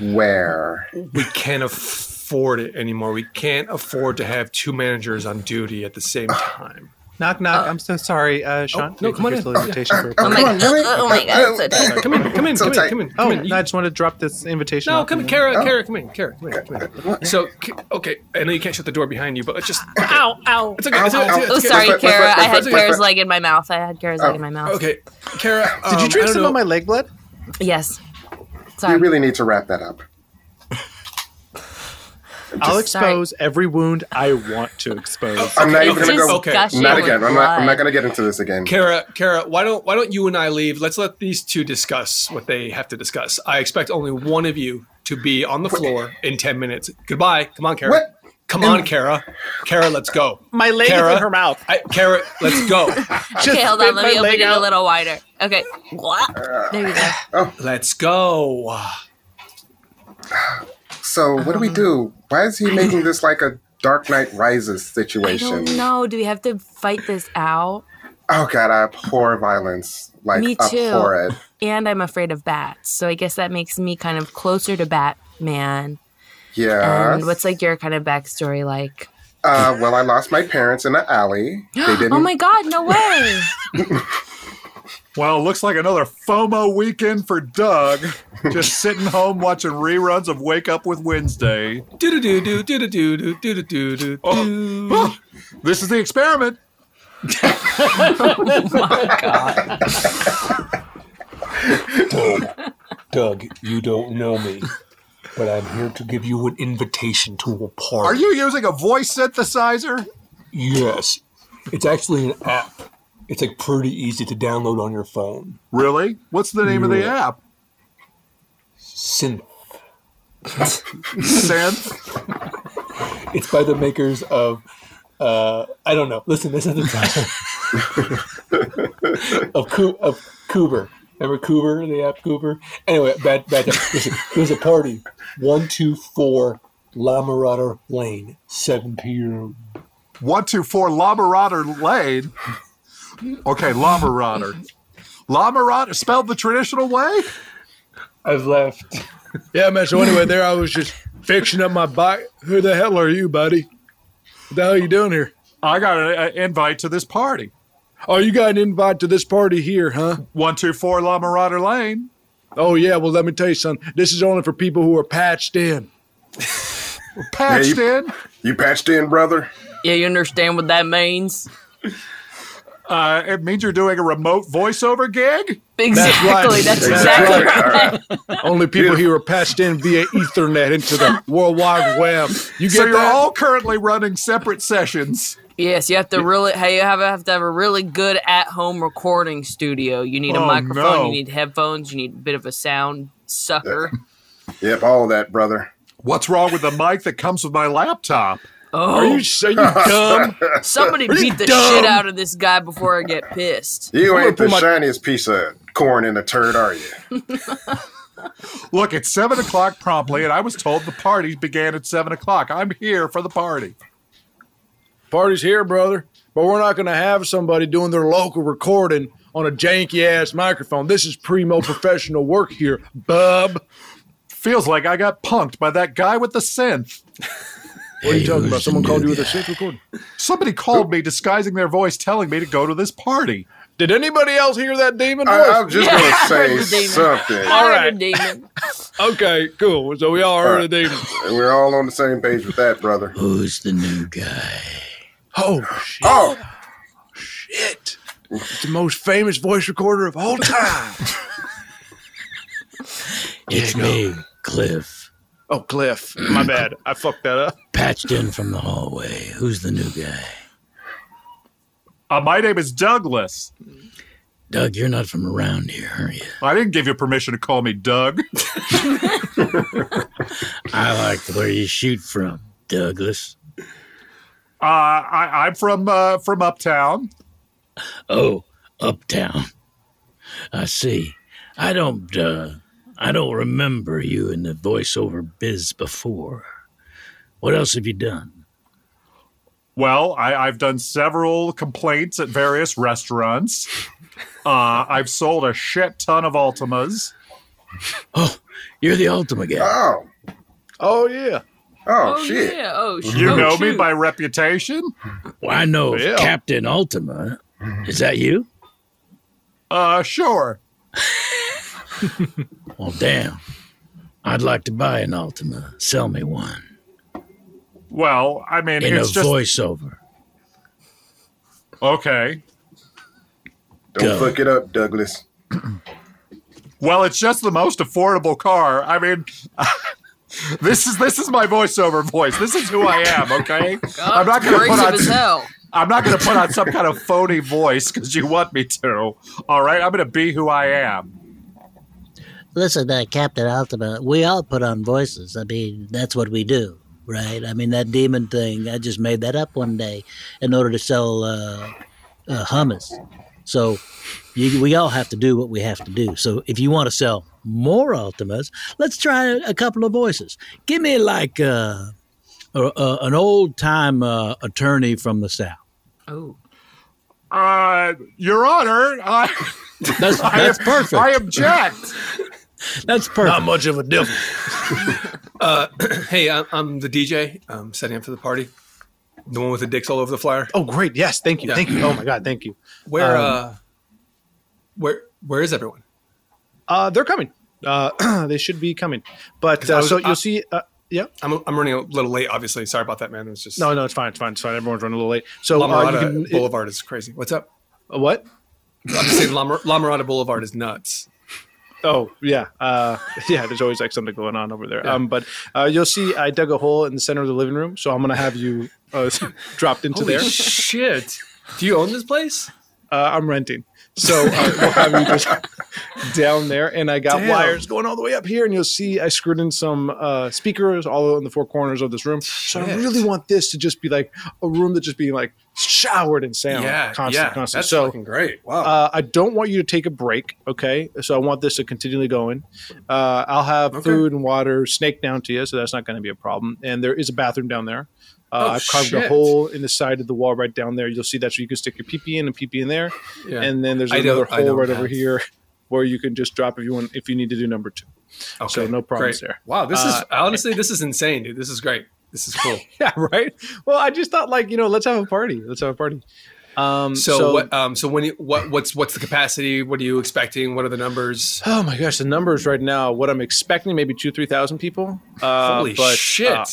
Mm. Where? We can't afford it anymore. We can't afford to have two managers on duty at the same time. Knock, knock. I'm so sorry, uh, Sean. no, come on in. Invitation [laughs] for Oh, come on, really? Oh, my God, so Sorry, [laughs] Come in, come in, So come in, tight. come in. Come Oh, in. no, I just want to drop this invitation. No, off. Oh. come in, Kara, Kara, come in, Kara, come in, come in. So, c- okay, I know you can't shut the door behind you, but let's just. Ow, ow. It's okay. It's okay. It's okay. Oh, It's sorry, okay. Kara. I had It's okay. Kara's leg in my mouth. I had Kara's leg in my mouth. Okay, Kara. Did you um, drink I don't some know- of Oh, my leg blood? Yes. We really need to wrap [laughs] that up. I'll Just- Sorry. expose every wound I want to expose. [laughs] I'm not even gonna go. Okay. Not again. I'm not. I'm not gonna get into this again. Kara, Kara, why don't why don't you and I leave? Let's let these two discuss what they have to discuss. I expect only one of you to be on the floor in ten minutes. Goodbye. Come on, Kara. What? Come on, Kara. Kara, let's go. My leg is Kara, in her mouth. I, Kara, let's [laughs] go. [laughs] okay, hold on. Let me open it out. a little wider. Okay. What? There we go. Oh. Let's go. [sighs] So what do we do? Why is he making this like a Dark Knight Rises I situation? don't know. Do we have to fight this out? Oh god, I abhor violence. Like me too. abhor it. And I'm afraid of bats, so I guess that makes me kind of closer to Batman. Yeah. And what's like your kind of backstory like? Uh, well, I lost my parents in an alley. [gasps] They didn't. Oh my god, no [laughs] way! Well, looks like another FOMO weekend for Doug. Just sitting home watching reruns of Wake Up with Wednesday. Do do do do do do do do do do. Oh. This is the experiment. Doug, Doug, you don't know me, but I'm here to give you an invitation to a party. Are you using a voice synthesizer? Yes. It's actually an app. It's like pretty easy to download on your phone. Really? What's the name of the Yeah. app? Synth. Synth. It's by the makers of uh, I don't know. Listen, this is of Coo- of Coober. Remember Coober, the app Coober? Anyway, bad bad. time. Listen, there's a party. One two four La [laughs] Mirada Lane, seven p.m. One two four Lamarada Lane. Okay, Lamarada. Lamarada spelled the traditional way. I've left. Yeah, man. So anyway, there I was just fixing up my bike. Who the hell are you, buddy? What the hell are you doing here? I got an uh, invite to this party. Oh, you got an invite to this party here, huh? One two four La Mirada Lane. Oh yeah. Well, let me tell you something. This is only for people who are patched in. [laughs] patched in. You patched in, brother. Yeah, you understand what that means? Uh, it means you're doing a remote voiceover gig. Exactly, That's that's exactly right. [laughs] Only people here are patched in via Ethernet into the World Wide Web. You get so you're that? all currently running separate sessions. Yes, you have to really. Hey, you have, have to have a really good at-home recording studio. You need a Oh, microphone. no. You need headphones. You need a bit of a sound sucker. Yep, all of that, brother. What's wrong with the mic that comes with my laptop? Oh. Are you- so you dumb? Somebody Are you beat the dumb? shit out of this guy before I get pissed. You I'm ain't the gonna put my- shiniest piece of corn in the turd, are you? Look, it's seven o'clock promptly, and I was told the party began at seven o'clock. I'm here for the party. Party's here, brother. But we're not going to have somebody doing their local recording on a janky ass microphone. This is primo professional work here, bub. Feels like I got punked by that guy with the synth. What are you talking about? Someone called you with a synth recording? Somebody called me disguising their voice, telling me to go to this party. Did anybody else hear that demon I- voice? I'm just Yeah, gonna I heard say the demon. something. I All heard right. [laughs] demon. okay, cool. So we all heard the demon. We're all on the same page with that, brother. Who's the new guy? Oh, shit. Oh, shit. It's the most famous voice recorder of all time. It's me, Cliff. Oh, Cliff. My bad. I fucked that up. Patched in from the hallway. Who's the new guy? Uh, my name is Douglas. Doug, you're not from around here, are you? I didn't give you permission to call [laughs] me Doug. I like where you shoot from, Douglas. Uh, I, I'm from uh, from uptown. Oh, uptown. I see. I don't uh, I don't remember you in the voiceover biz before. What else have you done? Well, I, I've done several complaints at various restaurants. Uh, I've sold a shit ton of Ultimas. Oh, you're the Ultima guy. Oh. Oh, yeah. Oh, shit. yeah. Oh, sh- You oh, know me shoot. by reputation? Well, I know of Yeah. Captain Ultima. Is that you? Uh, sure. Well, damn. I'd like to buy an Ultima. Sell me one Well, I mean, in a it's just. voiceover. Okay. Go. Don't fuck it up, Douglas. Well, it's just the most affordable car. I mean, [laughs] this is this is my voiceover voice. This is who I am. Okay, I'm not going to put Abrasive as on. hell. I'm not going to put on some kind of phony voice because you want me to. All right, I'm going to be who I am. Listen, uh, Captain Ultima, we all put on voices. I mean, that's what we do, right? I mean, that demon thing, I just made that up one day in order to sell uh, uh, hummus. So you, we all have to do what we have to do. So if you want to sell more Ultimas, let's try a couple of voices. Give me like uh, a, a, an old time uh, attorney from the South. Oh. Uh, Your Honor, I. That's, [laughs] I that's ob- perfect. I object. That's perfect. Not much of a difference. Uh, [clears throat] hey, I'm, I'm the DJ. I'm setting up for the party. The one with the dicks all over the flyer. Oh, great. Yes. Thank you. Yeah. Thank you. Oh, my God. Thank you. Where, Um, uh, where, where is everyone? Uh, they're coming. Uh, [clears throat] they should be coming. But 'Cause I uh, was- so you'll I- see. Uh, yeah. I'm, I'm running a little late, obviously. Sorry about that, man. It's just No, no, it's fine. It's fine. It's fine. Everyone's running a little late. So La uh, you Mirada can, it- Uh, Boulevard is crazy. What's up? what? I'm just saying La, Mir- La Mirada Boulevard is nuts. Oh yeah, uh, [laughs] yeah. There's always like something going on over there. Um, but uh, you'll see, I dug a hole in the center of the living room, so I'm gonna have you uh, [laughs] dropped into Holy there. shit. Do you own this place? Uh, I'm renting, so uh, we'll have you just down there. And I got Damn. wires going all the way up here, and you'll see I screwed in some uh, speakers all in the four corners of this room. So I Shit. really want this to just be like a room that just be like showered in sound, yeah, constant, yeah. constant. That's so fucking great. Wow. Uh, I don't want you to take a break, okay? So I want this to continually go in. Uh, I'll have Okay. food and water snaked down to you, so that's not going to be a problem. And there is a bathroom down there. Uh, Oh, I've carved a shit. hole in the side of the wall right down there. You'll see that, so you can stick your pee pee in and pee pee in there. Yeah. And then there's I another know- I know hole right over that. here where you can just drop if you want, if you need to do number two. Okay, So no problems great. there. Wow, this Uh, [laughs] is honestly this is insane, dude. This is great. This is cool. yeah, right. Well, I just thought like you know, let's have a party. Let's have a party. [laughs] Um, So, what? Um, so when? You, what? What's what's the capacity? What are you expecting? What are the numbers? Oh my gosh, the numbers right now. What I'm expecting, maybe two, three thousand people. Uh, Holy but, shit. uh,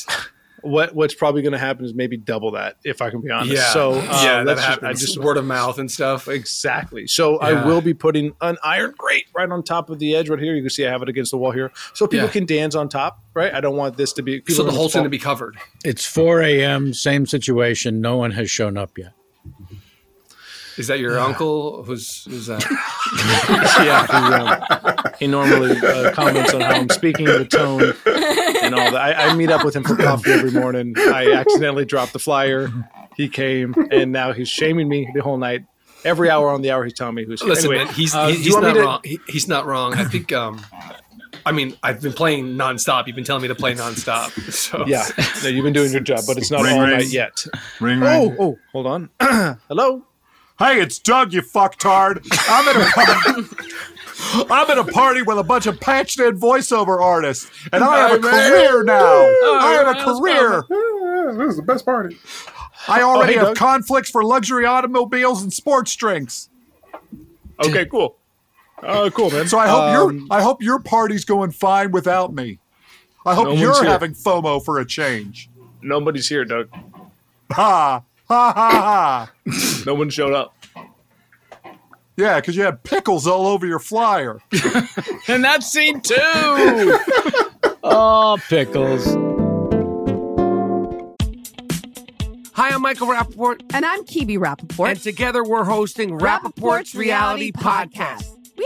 what what's probably going to happen is maybe double that, if I can be honest. Yeah. So uh, yeah, that let's just- happens. I just word of mouth and stuff. Exactly. So I Yeah. will be putting an iron grate right on top of the edge right here. You can see I have it against the wall here, so people Yeah. can dance on top. Right. I don't want this to be. people So are the gonna whole thing fall- to be covered. It's 4 a.m., same situation. No one has shown up yet. Is that your uncle? Who's who's [laughs] that? [laughs] yeah, he, um, he normally uh, [laughs] comments on how I'm speaking, the tone, and all that. I, I meet up with him for coffee every morning. I accidentally dropped the flyer. He came, and now he's shaming me the whole night. Every hour on the hour, he's telling me who's. Listen, anyway, man, he's uh, he- do you he's want me not to- wrong. He, he's not wrong. I think. Um, I mean, I've been playing nonstop. You've been telling me to play nonstop. So [laughs] Yeah, no, you've been doing your job, but it's not Ring, all ring. night yet. Ring Oh, oh, [clears throat] hold on. Hello. Hey, it's Doug. You fucktard. I'm at a par- [laughs] I'm at a party with a bunch of patched in voiceover artists, and I have a Hey, man. career now. Woo! I have a Hey, man, career. let's go. Yeah, This is the best party. I already Oh, hey, have Doug. conflicts for luxury automobiles and sports drinks. Okay, cool. Uh, cool, man. So I hope Um, your I hope your party's going fine without me. I hope No one's you're here. having FOMO for a change. Nobody's here, Doug. Ha ha ha ha. no one showed up. Yeah, because you had pickles all over your flyer. and that's scene two. [laughs] oh, pickles. Hi, I'm Michael Rappaport. And I'm Kibi Rappaport. And together we're hosting Rappaport's Reality Podcast. We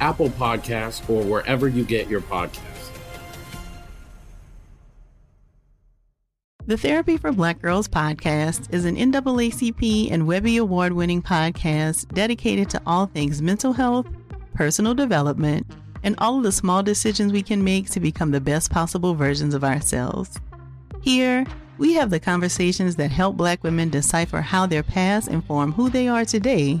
Apple Podcasts, or wherever you get your podcasts. The Therapy for Black Girls podcast is an NAACP and Webby Award winning podcast dedicated to all things mental health, personal development, and all of the small decisions we can make to become the best possible versions of ourselves. Here, we have the conversations that help Black women decipher how their past inform who they are today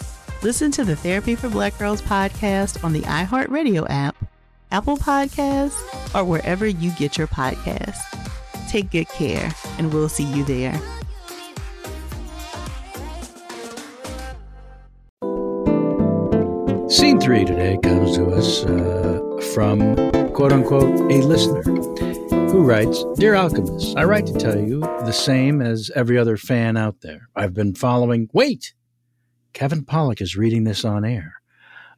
Listen to the Therapy for Black Girls podcast on the iHeartRadio app, Apple Podcasts, or wherever you get your podcasts. Take good care, and we'll see you there. Scene three today comes to us uh, from quote unquote, a listener who writes Dear Alchemist, I write to tell you the same as every other fan out there. I've been following. Wait! Kevin Pollock is reading this on air.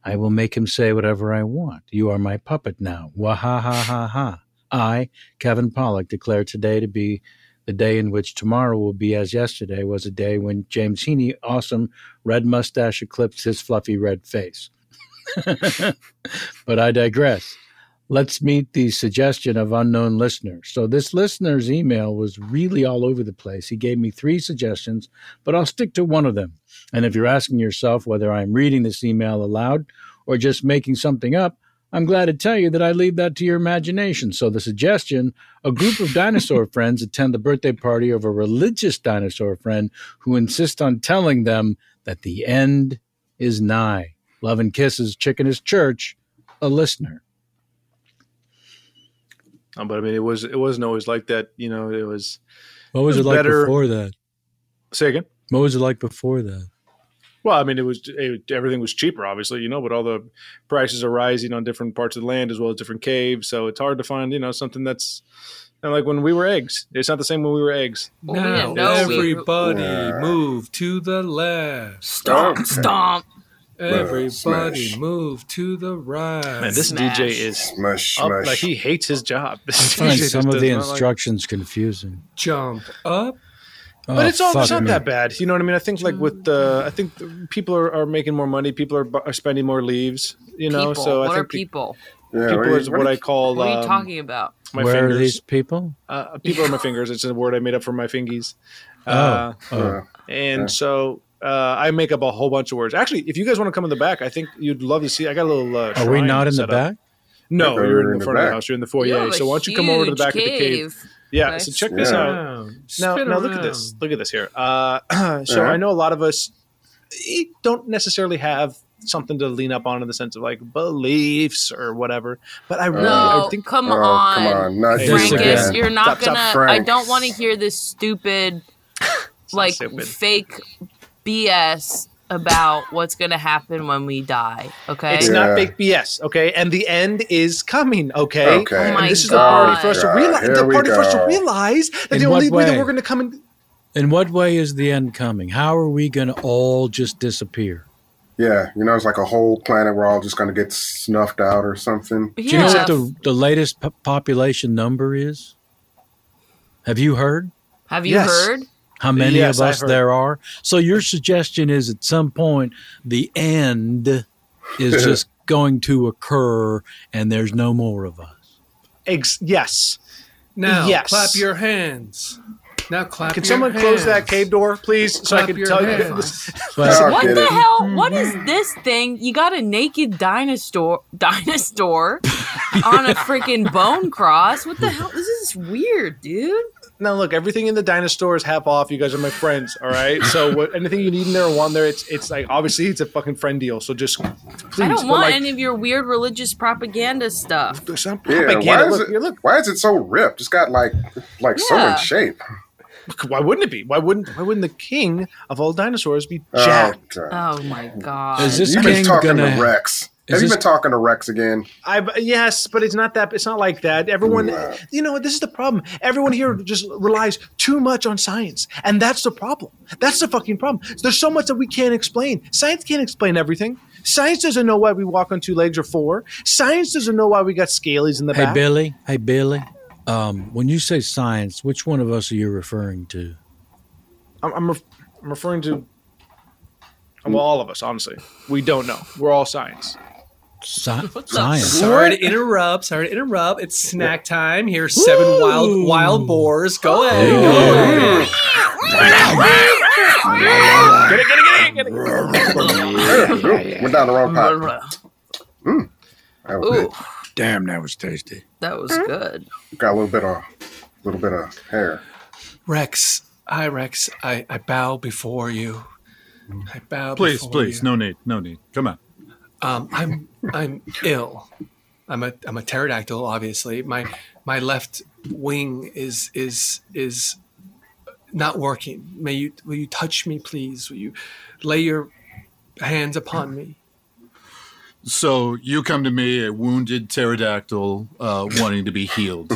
I will make him say whatever I want. You are my puppet now. Wah ha ha ha ha. I, Kevin Pollock, declare today to be the day in which tomorrow will be as yesterday was a day when James Heaney, awesome red mustache, eclipsed his fluffy red face. but I digress. Let's meet the suggestion of unknown listener. So this listener's email was really all over the place. He gave me three suggestions, but I'll stick to one of them. And if you're asking yourself whether I'm reading this email aloud or just making something up, I'm glad to tell you that I leave that to your imagination. So the suggestion, a group of dinosaur [laughs] friends attend the birthday party of a religious dinosaur friend who insists on telling them that the end is nigh. Love and kisses, chicken is church, a listener. Um, but I mean, it was it wasn't always like that. You know, it was. What was it like before that? Say again. What was it like before [laughs] that? Well, I mean, it was it, everything was cheaper, obviously, you know, but all the prices are rising on different parts of the land as well as different caves, so it's hard to find, you know, something that's and like when we were eggs. It's not the same when we were eggs. Now everybody move to the left. Stomp, Okay. stomp. Everybody Smash. move to the right. Man, this DJ is up, smash. like he hates his job. [laughs] I This find DJ some just of the does not like- instructions confusing. jump up. but it's all Oh, fuck it's not me. that bad. You know what I mean? I think like with the I think the people are, are making more money. People are, bu- are spending more leaves. You know, people. so I what think are people? pe- people is what, I call. What are um, you talking about? My Where fingers. are these people? Uh, people are my fingers. It's a word I made up for my fingies. Oh, Uh, oh. And Yeah. so uh, I make up a whole bunch of words. Actually, if you guys want to come in the back, I think you'd love to see. I got a little. Uh, Are we shrine not in the set up. back? No, Thought we you're in were the, in the front of back. the house. You're in the You foyer. have a so [laughs] why don't you come over to the back of the huge cave? cave. Yeah. Nice. So check this Yeah. out. Now, Spin Oh now look at this. Look at [laughs] this here. Uh, [clears throat] so Uh-huh. Yeah. I know a lot of us eh, don't necessarily have something to lean up on in the sense of like beliefs or whatever. But I really, no, I think, Oh, come on, Frankus, you're not Stop, stop, gonna. I Frank. don't want to hear this stupid, like stupid. fake BS about what's gonna happen when we die. Okay, It's not fake BS, okay? And the end is coming, okay? Okay. Oh And my this is the party God. for us to God, realize. here The we party for us to go. realize that In the what only way that way? we're going to come in. In what way is the end coming? How are we going to all just disappear? Yeah, you know, it's like a whole planet. We're all just going to get snuffed out or something. Do you know what the, the latest po- population number is? Have you heard? Have you Yes. heard? How many Yes, of I've us heard. there are? So your suggestion is at some point the end [laughs] is just going to occur and there's no more of us. Ex- yes. Now Yes. clap your hands. Now clap. Can your someone hands. close that cave door, please, so I Clap can your tell you? hands. But- what the hell? What is this thing? You got a naked dinosaur, [laughs] dinosaur, on a freaking bone cross. What the hell? This is weird, dude. Now look, everything in the dinosaur is half off. You guys are my friends, all right? So what, anything you need in there or want there, it's it's like obviously it's a fucking friend deal. So just please. I but, don't want like, any of your weird religious propaganda stuff. Yeah, why is, it, why is it so ripped? It's got like, like so Yeah. in shape. Why wouldn't it be? Why wouldn't why wouldn't the king of all dinosaurs be jacked? Oh my god! Is this You've been king talking gonna- to Rex. is Have you this- been talking to Rex again? I yes, but it's not that. It's not like that. Everyone, you know, what, this is the problem. Everyone here just relies too much on science, and that's the problem. That's the fucking problem. There's so much that we can't explain. Science can't explain everything. Science doesn't know why we walk on two legs or four. Science doesn't know [laughs] why we got scalies in the Hey back. Billy, hey Billy. Um, when you say science, which one of us are you referring to? I'm I'm, ref- I'm referring to Uh, well, all of us. Honestly, we don't know. We're all science. [laughs] Sci- [laughs] Sorry to interrupt. Sorry to interrupt. It's snack time. Here's seven wild wild boars. Go ahead. Get it, get it, get it, get it. Went down the wrong path. Mm, that was good. Damn, that was tasty. That was good. Got a little bit of, little bit of hair. Rex, I Rex, I, I bow before you. I bow. Please, before please, you. no need, no need. Come on. Um, I'm I'm ill. I'm a I'm a pterodactyl, obviously. My my left wing is is is not working. May you will you touch me, please? Will you lay your hands upon me? So you come to me, a wounded pterodactyl, uh, wanting to [laughs] be healed.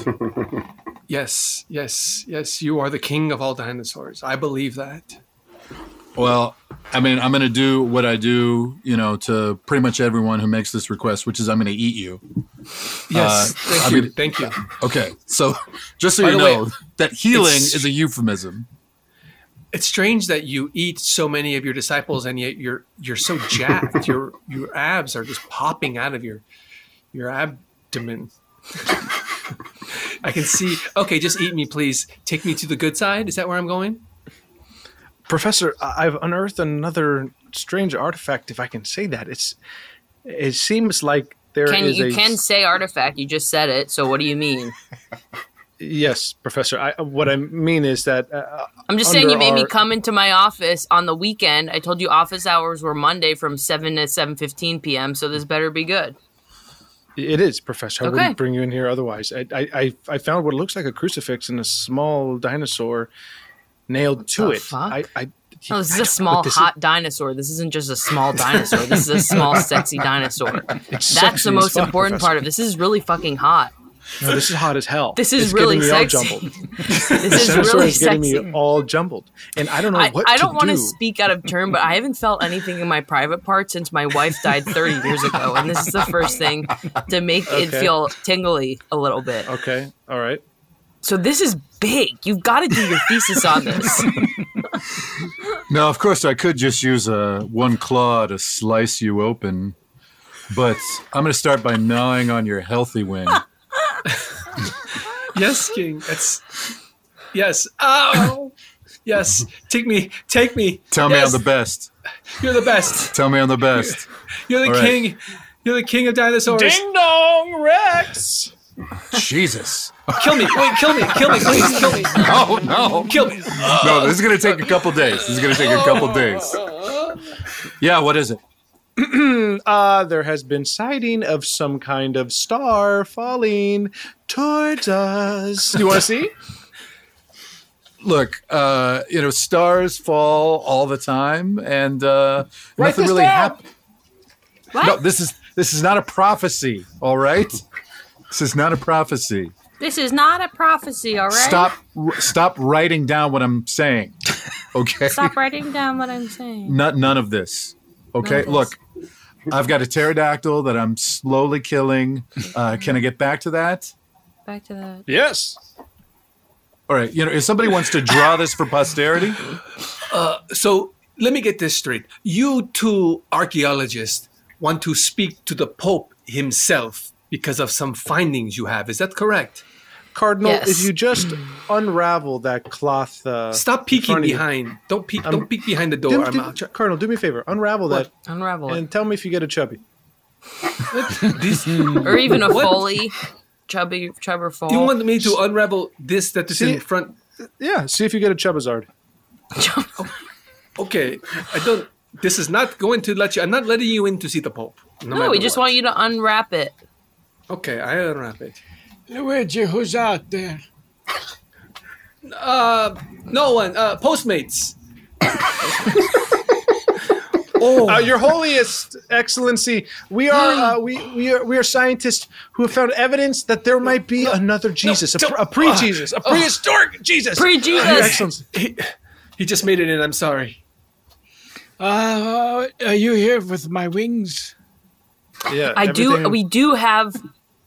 Yes, yes, yes. You are the king of all dinosaurs. I believe that. Well, I mean, I'm going to do what I do, you know, to pretty much everyone who makes this request, which is I'm going to eat you. Yes, Uh, thank I you, mean- thank you. Okay, so [laughs] just so By you the way, know, that healing it's- is a euphemism. It's strange that you eat so many of your disciples, and yet you're you're so jacked. your your abs are just popping out of your your abdomen. I can see. Okay, just eat me, please. Take me to the good side. Is that where I'm going? Professor, I- I've unearthed another strange artifact, if I can say that. It's it seems like there is Can you a can say artifact? You just said it. So what do you mean? yes, Professor. I, what I mean is that uh, I'm just saying under you made me our- come into my office on the weekend. I told you office hours were Monday from seven to seven fifteen p.m. So this better be good. It is, Professor. I Okay. wouldn't bring you in here otherwise. I, I, I, I found what looks like a crucifix and a small dinosaur nailed to the it. I, I, Oh, this I is don't know a small what this is. hot dinosaur. This isn't just a [laughs] small dinosaur. This is a small sexy dinosaur. It's That's sexy the as most fuck, important part Professor. of this. This is really fucking hot. No, this is hot as hell. This is It's really getting me all sexy. [laughs] jumbled. this is dinosaur really is getting me sexy. all jumbled, and I don't know I, what I to don't want do. to speak out of turn, but I haven't felt anything in my private part since my wife died 30 years ago. And this is the first thing to make it Okay. feel tingly a little bit. Okay, all right. So this is big. You've got to do your thesis on this. Now, of course, I could just use uh, one claw to slice you open, but I'm going to start by gnawing on your healthy wing. [laughs] Yes, king. That's yes. Oh, yes. Take me. Take me. Tell me yes. I'm the best. You're the best. Tell me I'm the best. You're the All right. king. You're the king of dinosaurs. Ding dong, Rex. Jesus. Kill me. Wait, kill me. Kill me, please. Kill me. Oh, [laughs] no. Kill me. no, this is going to take a couple days. This is going to take a couple days. Yeah, what is it? [clears throat] uh, there has been sighting of some kind of star falling towards us. You want to see? Look, uh, you know, stars fall all the time, and uh, Write nothing this really down. happens. No, this is this is not a prophecy. All right, this is not a prophecy. [laughs] This is not a prophecy, all right? Stop, r- stop writing down what I'm saying. Okay, writing down what I'm saying. Not none of this. Okay, of this. look, I've got a pterodactyl that I'm slowly killing. Uh, can I get back to that? Back to that. Yes. All right. You know, if somebody wants to draw this for posterity, Uh, so let me get this straight. You two archaeologists want to speak to the Pope himself because of some findings you have. Is that correct? Cardinal, Yes. if you [clears throat] just unravel that cloth. Uh, Stop peeking behind. Don't peek. don't peek behind the door. Do, I'm do- out. Cardinal, do me a favor. Unravel What? that. Unravel And tell me if you get a chubby. [laughs] Or even [laughs] a What? foley. Chubby, chubber foal. You want me to unravel this that is in front? Yeah. See if you get a chubbazard. Okay, I don't. This is not going to let you. I'm not letting you in to see the Pope. No, No, matter we just what. want you to unwrap it. Okay, I unwrap it. Luigi, who's out there? Uh, no one. Uh, Postmates. oh, Uh, your holiest excellency, we are uh, we we are we are scientists who have found evidence that there might be another Jesus, a, pr- a pre-Jesus, a prehistoric Jesus, Your excellency. Ah. Oh. He, he just made it in. I'm sorry. Uh, are you here with my wings? Yeah, I do. We do have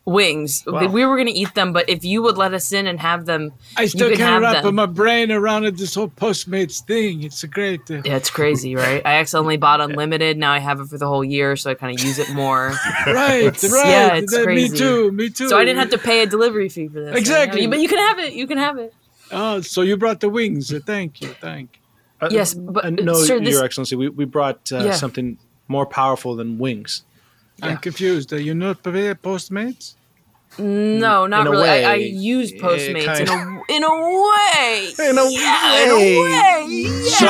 wings. Uh, Wow. We were going to eat them, but if you would let us in and have them, I still you could have can't wrap them. my brain around it, this whole Postmates thing. It's a great. Uh, yeah, it's crazy, right? I accidentally bought unlimited. Now I have it for the whole year, so I kind of use it [laughs] more. Right, It's- right. Yeah, it's That- me crazy. too, me too. So I didn't have to pay a delivery fee for this. Exactly. but you can have it. You can have it. Oh, so you brought the wings. Uh, Thank you. Thank you. Uh, Yes, but, uh, no, sir, this- your excellency, we we brought uh, Yeah. something more powerful than wings. I'm confused. Are you not prepared, Postmates? No, In not a really. I, I way, use yeah, Postmates in kinda. a in a way. In a yeah, way. In a way. Yeah. So,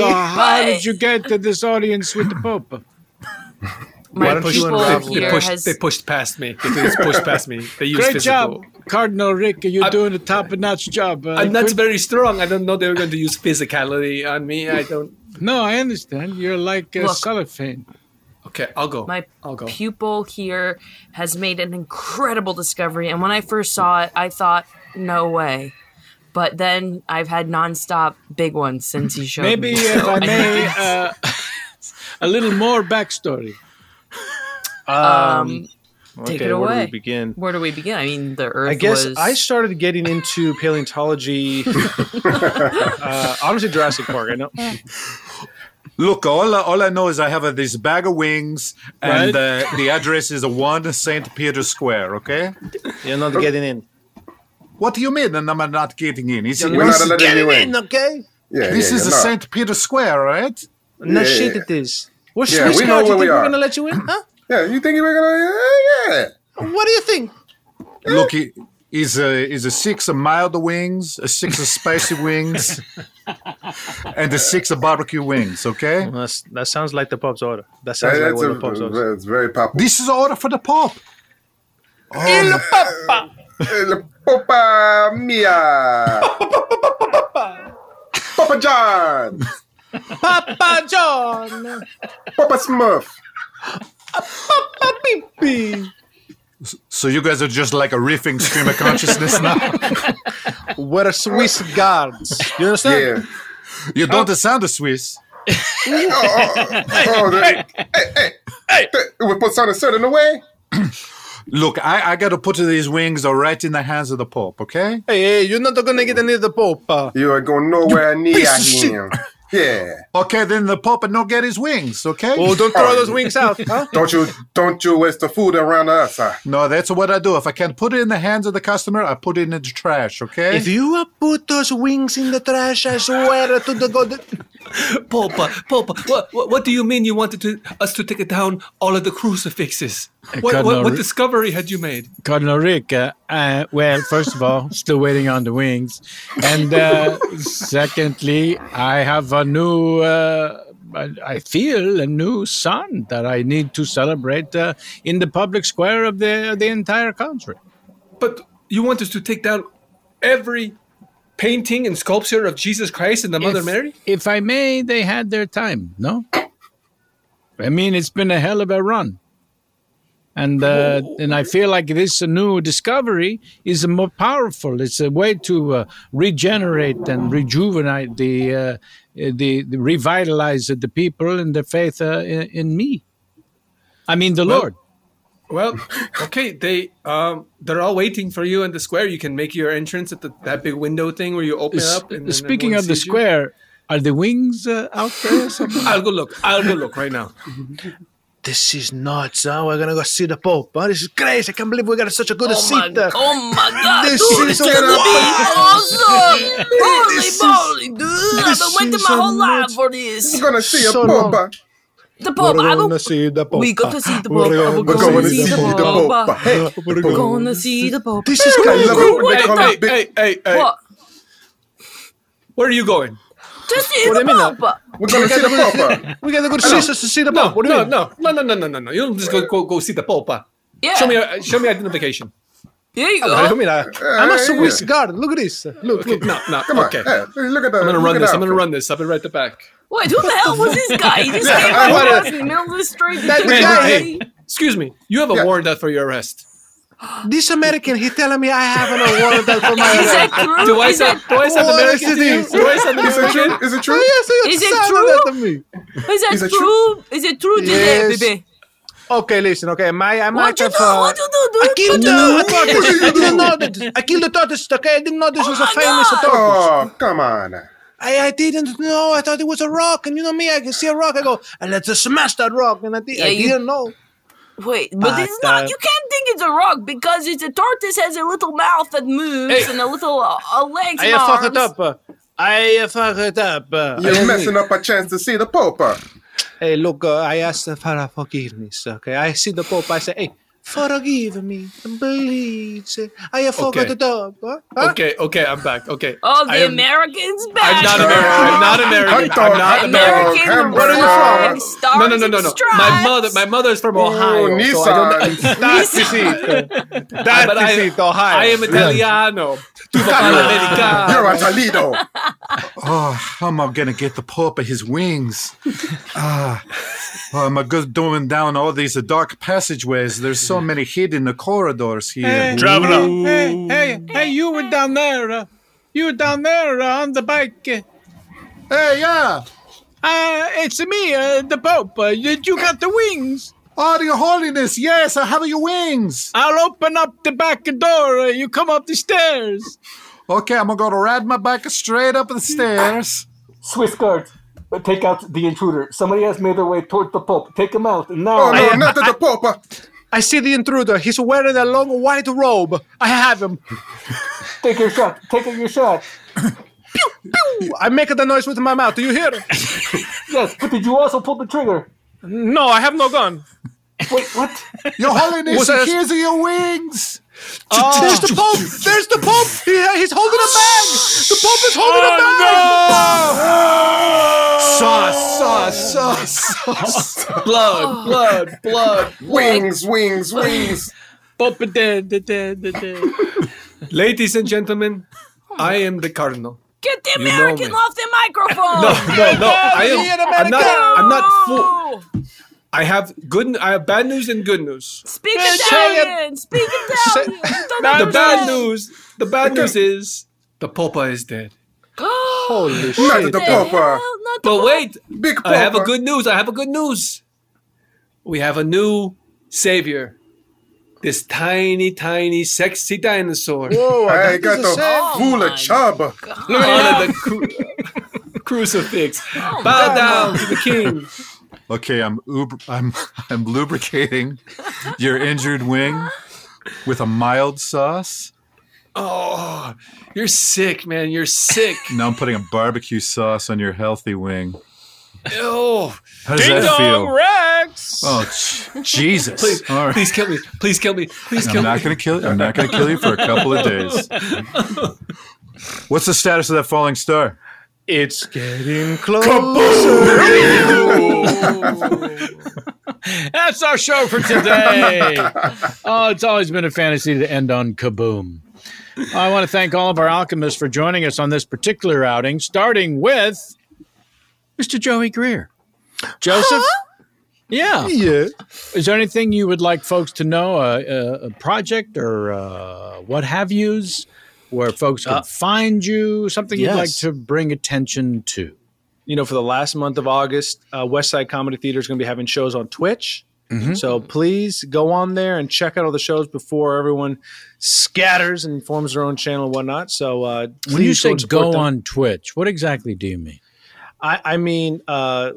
so how But- did you get to this audience with the Pope? Why My don't you people unravel here they, pushed, has- they pushed past me. They just pushed past me. They used Great physical. job, Cardinal Rick. You're doing a top-notch job. Uh, I'm not couldn't- very strong. I don't know they were going to use physicality on me. I don't. No, I understand. You're like a Look. cellophane. Okay, I'll Oh, go. [gasps] My I'll go. pupil here has made an incredible discovery. And when I first saw it, I thought, no way. But then I've had nonstop big ones since [clears throat] he showed [laughs] Maybe me. if so I think may, it's- uh, a little more backstory. Um, take it away. Where do we begin? Where do we begin? I mean, the Earth I guess was. I started getting into [laughs] paleontology. uh, honestly, Jurassic Park. I know. Look, all, I- all I know is I have a, this bag of wings, and Right. uh, the address is a 1 St. Peter Square, okay? You're not getting in. What do you mean? And I'm not getting in. It's, We're this not is- letting Get you in, in. okay? Yeah, this yeah, is you're the not. St. Peter Square, right? No shit, it is. We're Yeah, Swiss we know guards. where you we think are. we're gonna let you in? Huh? Yeah, you think we're gonna? Yeah. What do you think? Look, i- is a is a six of mild wings, a six of spicy wings, and a six of barbecue wings. Okay, that's, that sounds like the pop's order. That sounds like what the pop's order. it's very popular. This is order for the pop. Il Papa. Il Papa Mia. Papa John. Papa John. Papa Smurf. Papa Pee. So you guys are just like a riffing stream of consciousness now. We're Swiss guards. You understand? You don't sound a Swiss. oh, oh, oh, the- hey, hey, hey, hey. We put something certain away. [clears throat] Look, I, I got to put these wings are right in the hands of the Pope, okay? Hey, hey, you're not gonna get any of the Pope. uh. You are going nowhere near him. Yeah. Okay, then the Pope and not get his wings, okay? Oh, don't throw those wings out, huh? [laughs] Don't you don't you waste the food around us. Huh? No, that's what I do. If I can't put it in the hands of the customer, I put it in the trash, okay? If you uh, put those wings in the trash, I swear to the god. Popa, Popa, what, what, what do you mean you wanted to, us to take down all of the crucifixes? What, God, what, no, what re- discovery had you made? Cardinal Rick, uh, uh, well, first of all, still waiting on the wings. And uh, secondly, I have a new, uh, I I feel a new son that I need to celebrate uh, in the public square of the, the entire country. But you want us to take down every painting and sculpture of Jesus Christ and the Mother if, Mary? If I may, they had their time, no? I mean, it's been a hell of a run. And uh, and I feel like this new discovery is more powerful. It's a way to uh, regenerate and rejuvenate the, uh, uh, the, the revitalize the people and the faith uh, in, in me. I mean, the Well- Lord. [laughs] Well, okay, they um, they're all waiting for you in the square. You can make your entrance at the, that big window thing where you open S- up. And, then Speaking everyone of the sees you. square, are the wings uh, out there? or something? I'll go look. I'll go look right now. This is nuts, huh? We're gonna go see the Pope. Huh? This is crazy. I can't believe we got such a good seat there. Oh [laughs] my god, This dude, it's is gonna be gonna be- awesome! [laughs] Holy This is- moly, dude! I've this been waiting is my whole so life much- for [laughs] this. We're gonna see a So long. Pope. The Pope, I will. see the We got to see the Pope. We're going to see the Pope. We're going to see the Pope. [laughs] This is gonna gonna be look what the- Hey, hey, hey, hey. What? Where are you going? To see What do the you mean, uh, Pope. [laughs] We're gonna see the [laughs] Pope. We gotta go No. sisters to see the No, Pope. What do you no, mean? no, no, no, no, no, no, no. You don't just go go, go see the Pope. huh? Yeah. Show me uh, show me identification. Here you I mean, I, I'm a Hey. Swiss uh, guard. Look at this. Look, Okay, look. no, no. Come on. okay. Hey, look at the- I'm gonna look run at this. the I'm gonna run this. I'll be right back. Wait, who the hell was this guy? [laughs] He just Yeah, came I out of wanna- the house in the middle of the street. That Hey, guy- hey, Excuse me. You have a warrant out for your arrest. This American, he telling me I have an award that for my. Is that true? Do I Is sound that- do I sound What American? is to you? this? Do I sound Is it true? American? Is it true? Yes, you Is it sounded true? that to me. Is that Is it true? Is it true today, Yes. baby? Okay, listen. Okay, my I What might you have. do? uh, What you do, dude? I killed What you the [laughs] do? tortoise. I didn't know that. I killed the tortoise. Okay, I didn't know this Oh was a famous tortoise. Oh, come on. I, I didn't know. I thought it was a rock, and you know me. I can see a rock. I go and let's just smash that rock. And I, di- I Yeah, you- didn't know. Wait, Ah, but But, it's not. uh, You can't think it's a rock because it's a tortoise has a little mouth that moves Hey. and a little uh, uh, legs. I and fucked arms. it up. uh, I fucked it up. uh, I You're admit. messing up a chance to see the Pope. Hey, look, uh, I asked for forgiveness. Okay, I see the Pope. I say, hey, Forgive me, please. I have forgot Okay. the dog. Huh? Huh? Okay, okay, I'm back. Okay. Oh, the I am- Americans back. I'm not American. I'm [laughs] not American. Hot I'm dog, not hot American. dog, American Where are you from? stars No, no, no, no, and no. My mother, my mother's from Ohio. so I don't- That's [laughs] it. But I- That's it, Ohio. I am Italiano. Tu [laughs] papá You're a Toledo. [laughs] Oh, how am I gonna get the pulp of his [laughs] wings? Ah, oh, am I go- going down all these dark passageways? There's so many hidden corridors Hey, here. Ooh. Hey, hey, hey, you were down there. Uh, you were down there uh, on the bike. Hey, yeah. Uh, it's me, uh, the Pope. Uh, you, you got the wings. Oh, Your Holiness, yes, I have your wings. I'll open up the back door. Uh, you come up the stairs. Okay, I'm gonna ride my bike straight up the stairs. Swiss guards, uh, take out the intruder. Somebody has made their way toward the Pope. Take him out now. Oh, no, I- not the Pope. I see the intruder. He's wearing a long white robe. I have him. [laughs] Take your shot. Take your shot. pew, pew. I make the noise with my mouth. Do you hear? yes, but did you also pull the trigger? No, I have no gun. Wait, what? Your Holiness, [laughs] Was that- here's your wings. Oh. There's the Pope! There's the Pope! He- he's holding a bag! The Pope is holding a Oh, bag! Sauce, sauce, sauce, sauce. blood, blood, blood. [laughs] Wings, wings, wings. Pope dead, dead, dead, dead. Ladies and gentlemen, I am the cardinal. Get the You know American me. off the microphone. No, no, no. I am. I'm not. I'm not full. No. I have good. I have bad news and good news. Speak Say Italian. Speak Italian. You don't the bad understand. news. The bad news is the Popa is [gasps] dead. Holy Not the Popa. But wait, Big I have a Papa. good news. I have a good news. We have a new savior. This tiny, tiny, sexy dinosaur. Whoa, I Hey, got the Vula Chaba. Look [laughs] at the cru- crucifix. Bow down to the king. [laughs] Okay, I'm uber, I'm I'm lubricating your injured wing with a mild sauce. Oh, you're sick, man. You're sick. Now I'm putting a barbecue sauce on your healthy wing. Oh, How does Ding that dong, feel? Rex. Oh, j- Jesus. Please, All right. please kill me. Please kill me. Please I'm kill me. not gonna kill you. I'm not gonna kill you for a couple of days. What's the status of that falling star? It's getting [laughs] That's our show for today. oh, it's always been a fantasy to end on kaboom. I want to thank all of our alchemists for joining us on this particular outing, starting with Mr. Joey Greer. Joseph? Yeah. Yeah. Is there anything you would like folks to know, a, a, a project or uh, what have yous, where folks can Uh, find you, something you'd like yes. to bring attention to? You know, for the last month of August, uh, West Side Comedy Theater is going to be having shows on Twitch. Mm-hmm. So please go on there and check out all the shows before everyone scatters and forms their own channel and whatnot. So uh, When you please say and support go them. on Twitch, what exactly do you mean? I, I mean, uh,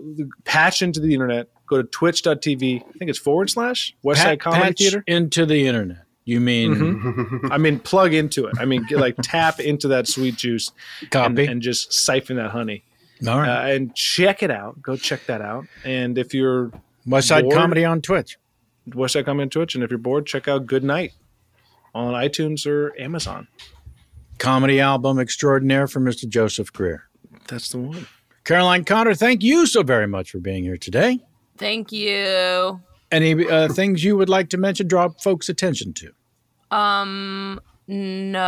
patch into the internet. Go to twitch.tv. I think it's forward slash West Pat- Side Comedy patch Theater. Mm-hmm. into the internet. You mean I mean, plug into it. I mean, get, like tap into that sweet juice Copy. And, and just siphon that honey. All right. Uh, and check it out. Go check that out. And if you're West Side bored- Comedy on Twitch? West Side Comedy on Twitch. And if you're bored, check out Good Night on iTunes or Amazon. Comedy album extraordinaire for Mr. Joseph Greer. That's the one. Caroline Connor, thank you so very much for being here today. Thank you. Any uh, things you would like to mention, draw folks' attention to? Um,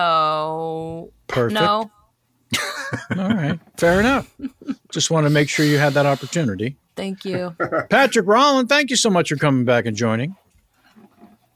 no. Perfect. No, All right. Fair enough. Just want to make sure you had that opportunity. thank you. Patrick Rollin, thank you so much for coming back and joining.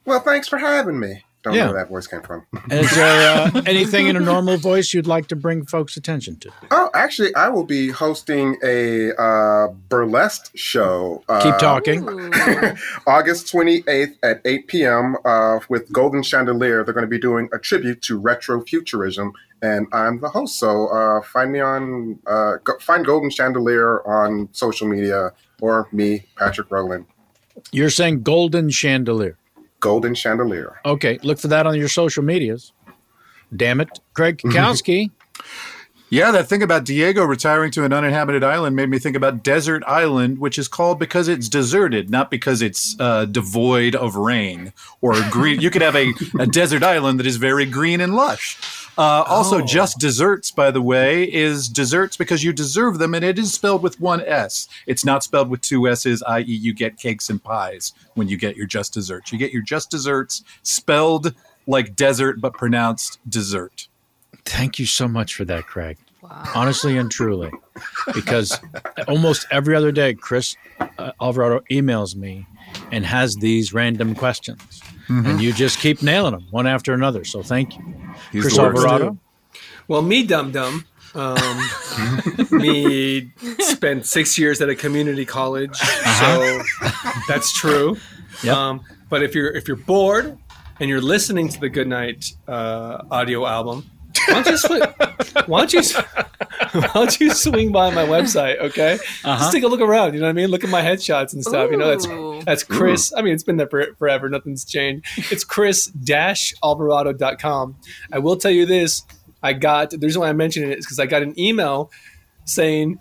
Well, thanks for having me. Don't Yeah. know where that voice came from. Is there uh, anything in a normal voice you'd like to bring folks' attention to? [laughs] Oh, actually, I will be hosting a uh, burlesque show. Uh, Keep talking. [laughs] August 28th at 8 p.m. Uh, with Golden Chandelier. They're going to be doing a tribute to retrofuturism, and I'm the host. So uh, find me on uh, go, find Golden Chandelier on social media or me, Patrick Rowland. You're saying golden chandelier. Golden Chandelier. [laughs] Okay, look for that on your social medias. Damn it. Craig Kukowski. Yeah, that thing about Diego retiring to an uninhabited island made me think about Desert Island, which is called because it's deserted, not because it's uh, devoid of rain or green. you could have a, [laughs] a desert island that is very green and lush. Uh, also, Oh. just desserts, by the way, is desserts because you deserve them, and it is spelled with one S. It's not spelled with two S's, i.e., you get cakes and pies when you get your just desserts. You get your just desserts spelled like desert but pronounced dessert. Thank you so much for that, Craig. Honestly and truly, because almost every other day, Chris uh, Alvarado emails me and has these random questions, Mhm. and you just keep nailing them one after another. So thank you, He's Chris the worst, Alvarado. Well, me dum dum. [laughs] Um, me spent six years at a community college, so that's true. Um, but if you're if you're bored and you're listening to the Goodnight uh, audio album, why don't you swi- why don't you s- [laughs] why don't you swing by my website? Okay, Uh-huh. just take a look around. You know what I mean? Look at my headshots and stuff. You know Ooh. that's that's Chris. I mean, it's been there for, forever. Nothing's changed. It's chris-alvarado.com. I will tell you this. I got, the reason why I mentioned it is because I got an email saying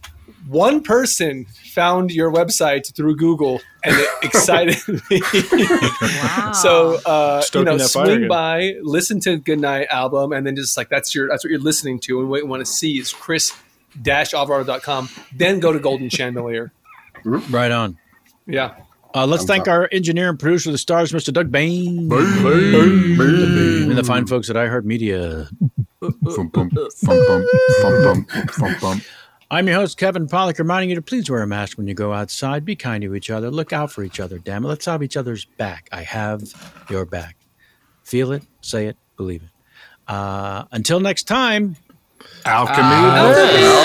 one person found your website through Google and [laughs] it excited me. So, uh, you Stoking know, that fire swing again. by, listen to Goodnight album, and then just like that's your, that's what you're listening to. And what you want to see is chris-alvarado.com. Then go to Golden Chandelier. Right on. Yeah. Uh, let's I'm thank sorry. our engineer and producer of the stars, Mr. Doug Bain, and the fine folks at iHeartMedia. I'm your host, Kevin Pollock, reminding you to please wear a mask when you go outside. Be kind to each other. Look out for each other. Damn it. Let's have each other's back. I have your back. Feel it, say it, believe it. Uh, until next time. Alchemy.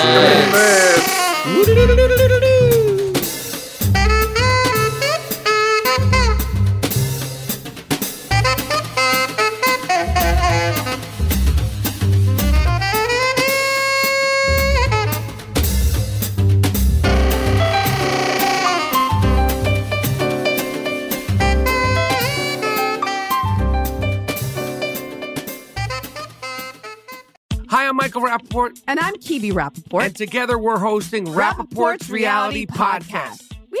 Hi, I'm Michael Rappaport. And I'm Kibi Rappaport. And together we're hosting Rappaport's, Reality Podcast. We